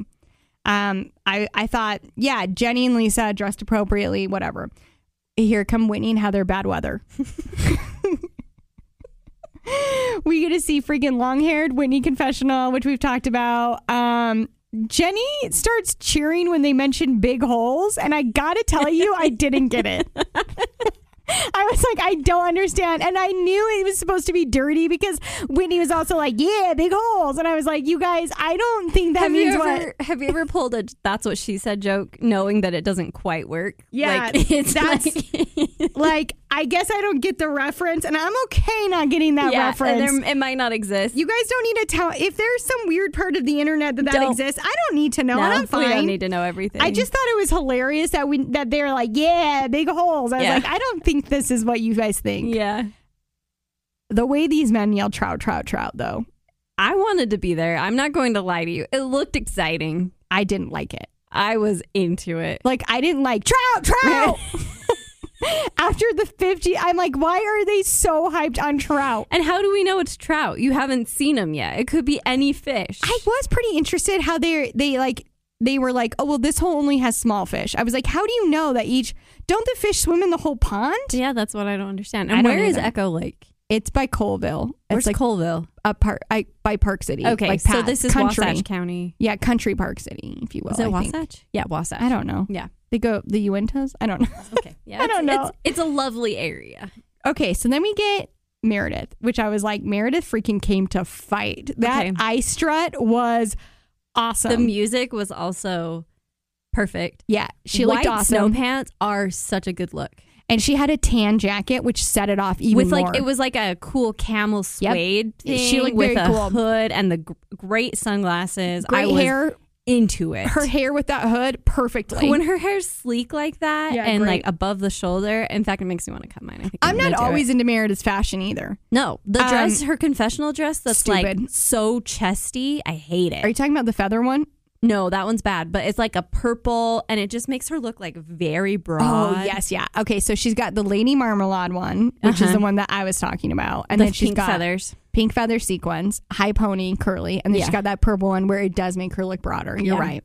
Um, I, I thought, yeah, Jenny and Lisa dressed appropriately, whatever. Here come Whitney and Heather, bad weather. we get to see freaking long haired Whitney confessional, which we've talked about. Um, Jenny starts cheering when they mention big holes, and I gotta tell you, I didn't get it. I was like, I don't understand. And I knew it was supposed to be dirty because Whitney was also like, yeah, big holes. And I was like, you guys, I don't think that have you means what. ever have you ever pulled a that's what she said joke knowing that it doesn't quite work? Yeah, Like, it's that's- like, like I guess I don't get the reference, and I'm okay not getting that yeah, reference. and there- it might not exist. you guys don't need to tell if there's some weird part of the internet that that Don't. exists. I don't need to know. no, and I'm we don't fine. need to know everything. I just thought it was hilarious that we that they're like, yeah, big holes. I was Yeah. like, I don't think this is what you guys think. yeah. The way these men yell trout, trout, trout, though, I wanted to be there. I'm not going to lie to you. It looked exciting. I didn't like it. I was into it. Like I didn't like trout, trout. After the 50, I'm like, why are they so hyped on trout? And how do we know it's trout? You haven't seen them yet. It could be any fish. I was pretty interested how they they like they were like, oh well, this hole only has small fish. I was like, how do you know that each? Don't the fish swim in the whole pond? yeah, that's what I don't understand. I And don't where is either. Echo Lake? It's by Colville. Where's it's like Colville? a park I, by Park City. Okay, like so past- this is country. Wasatch County. Yeah, country Park City, if you will. Is it I Wasatch? Think. Yeah, Wasatch. I don't know. Yeah. They go the Uintas. I don't know. Okay. Yeah, I don't it's- know. It's, it's a lovely area. Okay, so then we get Meredith, which I was like, Meredith freaking came to fight. That Okay. eye strut was awesome. The music was also perfect. yeah, she White looked awesome, snow pants are such a good look. and she had a tan jacket, which set it off even With like more. it was like a cool camel Yep. suede She thing looked with very a cool. hood and the gr- great sunglasses. Great I was hair, into it. her hair with that hood, perfectly. when her hair's sleek like that Yeah, and great. like above the shoulder, in fact, it makes me want to cut mine. I think I'm gonna not do it. always into Meredith's fashion either. No, the Um, dress, her confessional dress, that's like stupid. so chesty. I hate it. Are you talking about the feather one? no, that one's bad, but it's like a purple, and it just makes her look like very broad. Oh yes, yeah. Okay, so she's got the Lady Marmalade one, which is Uh-huh. the one that I was talking about, and the then she's pink got feathers. pink feather sequins, high pony, curly, and then Yeah. she's got that purple one where it does make her look broader. You're Yeah. right.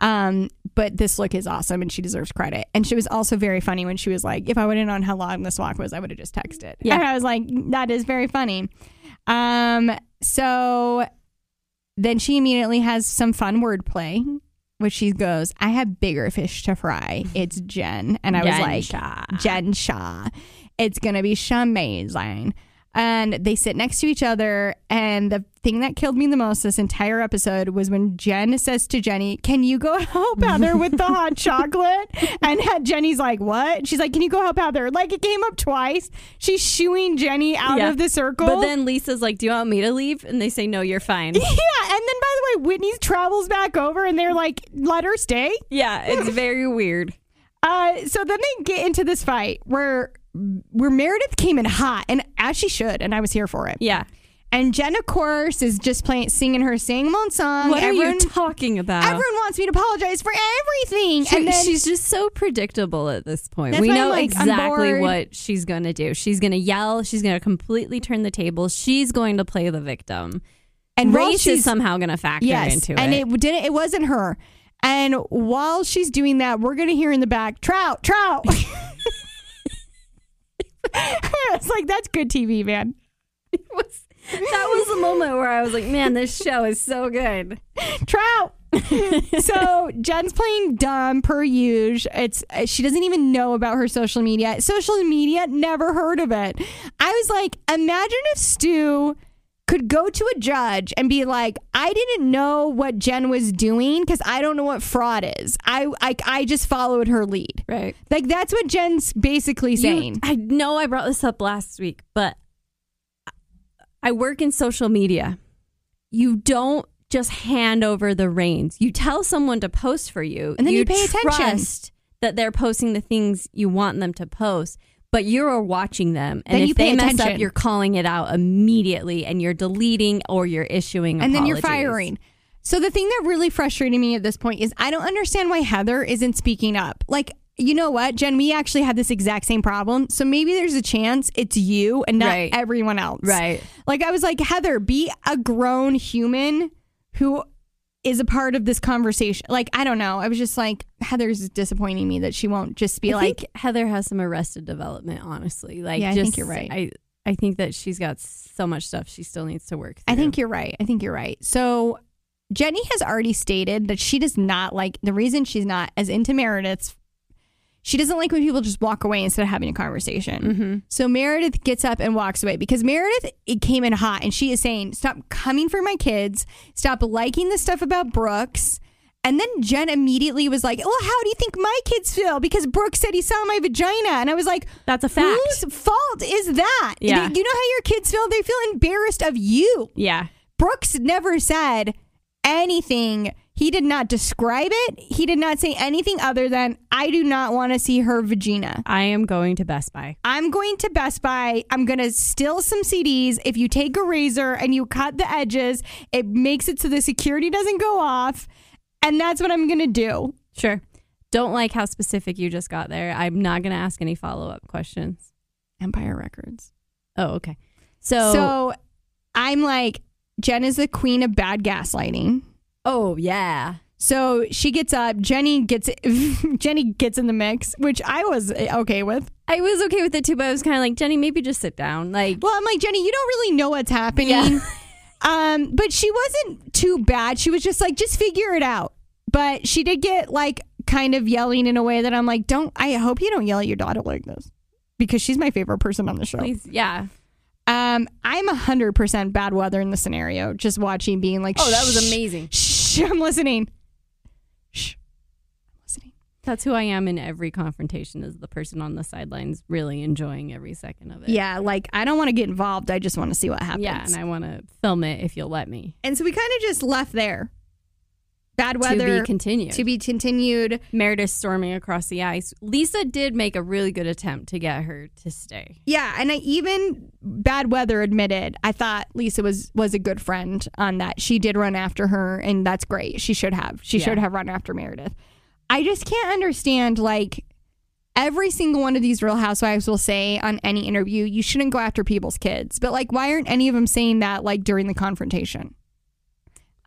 Um, but this look is awesome, and she deserves credit. And she was also very funny when she was like, "If I would have known how long this walk was, I would have just texted." Yeah. and I was like, "That is very funny." Um, so then she immediately has some fun wordplay, which she goes, "I have bigger fish to fry. It's Jen," and I was like, Jen Shaw. It's gonna be amazing. And they sit next to each other. And the thing that killed me the most this entire episode was when Jen says to Jenny, Can you go help Heather with the hot chocolate? And had- Jenny's like, What? She's like, Can you go help Heather? Like, it came up twice. She's shooing Jenny out Yeah. of the circle. But then Lisa's like, Do you want me to leave? And they say, No, you're fine. yeah. And then, by the way, Whitney travels back over and they're like, Let her stay. yeah, it's very weird. Uh, so then they get into this fight where where Meredith came in hot, and as she should, and I was here for it. Yeah. And Jen, of course, is just playing, singing her sing mon song. What everyone, are you talking about? everyone wants me to apologize for everything. She- and then she's just so predictable at this point. That's We why I'm know like, I'm exactly bored. what she's going to do. She's going to yell. She's going to completely turn the table. She's going to play the victim. and while Race is she's- somehow going to factor yes, into and it. it. didn't. It wasn't her. And while she's doing that, we're gonna hear in the back, Trout, Trout. it's like that's good TV, man. was, that was the moment where I was like, man, this show is so good. Trout. so Jen's playing dumb per usual. It's uh, she doesn't even know about her social media. Social media never heard of it. I was like, imagine if Stu could go to a judge and be like, I didn't know what Jen was doing because I don't know what fraud is. I I, I just followed her lead. Right. Like that's what Jen's basically saying. I know I brought this up last week, but I work in social media. You don't just hand over the reins. You tell someone to post for you, And then you pay attention. trust that they're posting the things you want them to post. But you're watching them, and Then if you pay they mess up, attention. you're calling it out immediately, and you're deleting or you're issuing, and then you're apologies. firing. So the thing that really frustrated me at this point is I don't understand why Heather isn't speaking up. Like, you know what, Jen, we actually had this exact same problem. So maybe there's a chance it's you and not Right. everyone else. Right. Like I was like, Heather, be a grown human who is a part of this conversation. Like, I don't know. I was just like, Heather's disappointing me that she won't just be I like, think Heather has some arrested development, honestly. Like, Yeah, I just, think you're right. I I think that she's got so much stuff she still needs to work. I through. think you're right. I think you're right. So Jenny has already stated that she does not like the reason she's not as into Meredith's. She doesn't like when people just walk away instead of having a conversation. So Meredith gets up and walks away because Meredith it came in hot and she is saying, "Stop coming for my kids. Stop liking the stuff about Brooks." And then Jen immediately was like, "Well, how do you think my kids feel?" Because Brooks said he saw my vagina, and I was like, That's a fact. Whose fault is that? Yeah. You know how your kids feel? They feel embarrassed of you. Yeah. Brooks never said anything. He did not describe it. He did not say anything other than, I do not want to see her vagina. I am going to Best Buy. I'm going to Best Buy. I'm going to steal some CDs. If you take a razor and you cut the edges, it makes it so the security doesn't go off. And that's what I'm going to do. Sure. Don't like how specific you just got there. I'm not going to ask any follow up questions. Empire Records. Oh, okay. So, So I'm like, Jen is the queen of bad gaslighting. oh, yeah. So she gets up. Jenny gets Jenny gets in the mix, which I was uh, okay with. I was okay with it too, but I was kind of like, Jenny, maybe just sit down. Like, Well, I'm like Jenny, you don't really know what's happening. Yeah. um, but she wasn't too bad. She was just like, just figure it out. But she did get like kind of yelling in a way that I'm like, don't. I hope you don't yell at your daughter like this because she's my favorite person on the show. please, yeah. Um, I'm hundred percent bad weather in the scenario. Just watching, being like, Oh, that was "Shh, amazing. Shh, I'm listening. Shh, I'm listening. That's who I am in every confrontation is the person on the sidelines really enjoying every second of it. Yeah, like I don't want to get involved. I just want to see what happens. Yeah, and I want to film it if you'll let me. And so we kind of just left there. Bad weather to be continued. to be continued. Meredith storming across the ice. Lisa did make a really good attempt to get her to stay. Yeah, and I even bad weather admitted. I thought Lisa was was a good friend on that. She did run after her, and that's great. She should have. She Yeah. should have run after Meredith. I just can't understand like. Every single one of these Real Housewives will say on any interview, you shouldn't go after people's kids. But, like, why aren't any of them saying that, like, during the confrontation?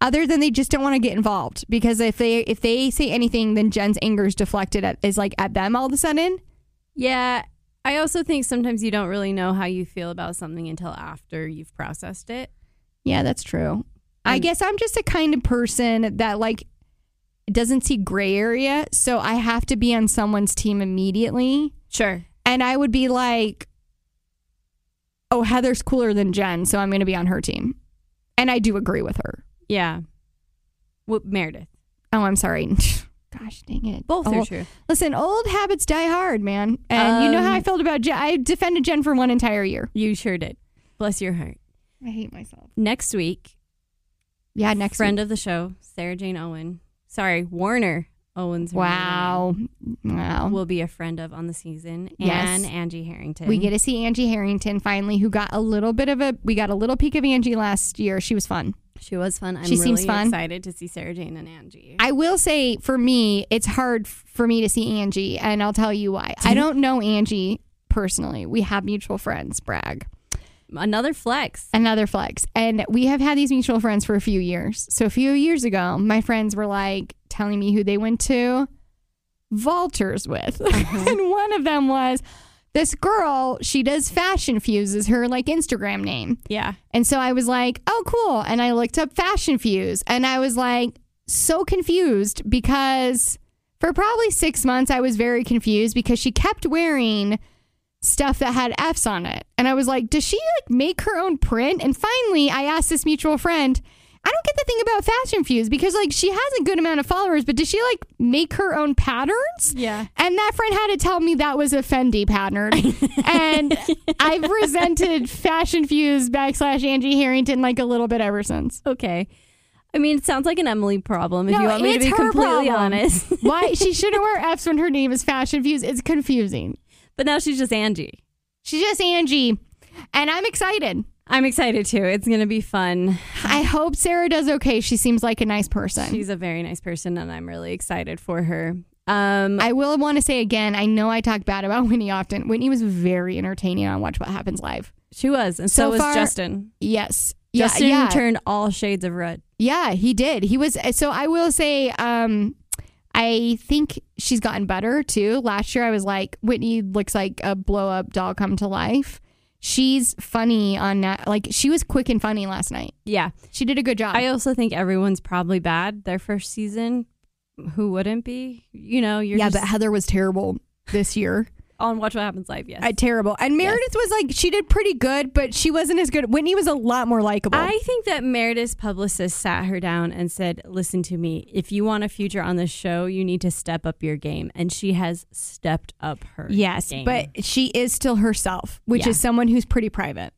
other than they just don't want to get involved because if they if they say anything then jen's anger is deflected at is like at them all of a sudden Yeah. I also think sometimes you don't really know how you feel about something until after you've processed it. yeah that's true i And- guess i'm just a kind of person that like doesn't see gray area so i have to be on someone's team immediately Sure. and i would be like oh heather's cooler than jen so i'm going to be on her team and i do agree with her Yeah. Well, Meredith. oh i'm sorry gosh dang it Both Oh, are true. Listen, old habits die hard, man. And you know how I Um, felt about Jen. I defended Jen for one entire year. You sure did. Bless your heart. I hate myself. Next week, Yeah, next friend of the show, Sarah Jane Owen. Sorry, Warner Owens Wow. Marino Wow. will be a friend of on the season, Yes. and Angie Harrington. We get to see Angie Harrington finally, who got a little bit of a we got a little peek of Angie last year. She was fun. She was fun. I'm She seems really fun. excited to see Sarah Jane and Angie. I will say for me, it's hard f- for me to see Angie, and I'll tell you why. I don't know Angie personally. We have mutual friends, brag. Another flex. Another flex. And we have had these mutual friends for a few years. So a few years ago, my friends were like telling me who they went to vultures with. and one of them was this girl, she does fashion fuse is her like Instagram name. Yeah. And so I was like, oh, cool. And I looked up Fashion Fuse and I was like, so confused because for probably six months, I was very confused because she kept wearing stuff that had F's on it. And I was like, does she like make her own print? And finally, I asked this mutual friend, I don't get the thing about Fashion Fuse because like she has a good amount of followers, but does she like make her own patterns? Yeah. And that friend had to tell me that was a Fendi pattern. and I've resented Fashion Fuse backslash Angie Harrington like a little bit ever since. Okay. I mean, it sounds like an Emily problem. If No, you want me to it's be her completely problem. honest, Why she shouldn't wear F's when her name is Fashion Fuse. It's confusing. but now she's just Angie. She's just Angie. And I'm excited. I'm excited too. It's gonna be fun. I hope Sarah does okay. She seems like a nice person. She's a very nice person, and I'm really excited for her. Um, I will want to say again, I know I talk bad about Whitney often. Whitney was very entertaining on Watch What Happens Live. she was, and So so, was far- Justin. Yes. Justin yeah, yeah. turned all shades of red. Yeah, he did. He was so I will say um I think she's gotten better too. Last year I was like Whitney looks like a blow up doll come to life. She's funny on that. Like she was quick and funny last night. Yeah. She did a good job. I also think everyone's probably bad their first season. Who wouldn't be? You know, you're yeah, just but Heather was terrible this year. on Watch What Happens Live. Yes. Uh, terrible. And Meredith was like she did pretty good, but she wasn't as good. Whitney was a lot more likable. I think that Meredith's publicist sat her down and said, Listen to me. If you want a future on this show, you need to step up your game. And she has stepped up her yes, game. but she is still herself, which Yeah. is someone who's pretty private.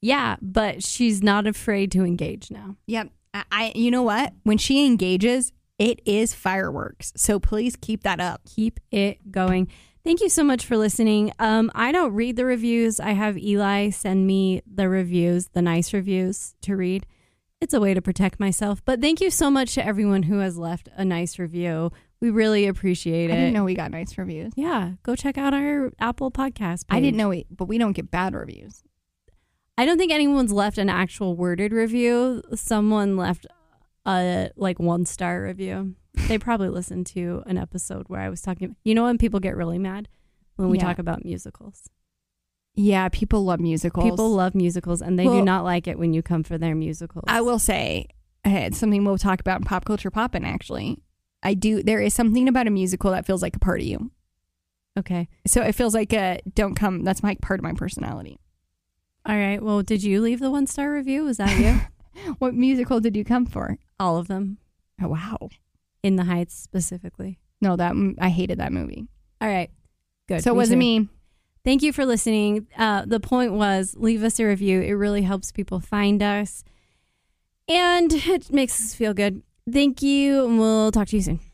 yeah, but she's not afraid to engage now. Yep. I, I you know what? When she engages, it is fireworks. So please keep that up. Keep it going. Thank you so much for listening. Um, I don't read the reviews. I have Eli send me the reviews, the nice reviews to read. It's a way to protect myself. But thank you so much to everyone who has left a nice review. We really appreciate it. I didn't know we got nice reviews. Yeah, go check out our Apple podcast. Page. I didn't know we but we don't get bad reviews. I don't think anyone's left an actual worded review. Someone left a like one star review. They probably listened to an episode where I was talking. You know when people get really mad when we Yeah. talk about musicals. Yeah, people love musicals. People love musicals and they Well- do not like it when you come for their musicals. I will say eh, it's something we'll talk about in pop culture poppin' actually. I do there is something about a musical that feels like a part of you. okay. So it feels like a don't come that's my part of my personality. All right. Well, did you leave the one star review? Was that you? What musical did you come for? All of them Oh wow. in the Heights specifically. No, that m- I hated that movie. All right. Good. so it wasn't too. me. Thank you for listening. Uh, the point was leave us a review. It really helps people find us and it makes us feel good. Thank you, and we'll talk to you soon.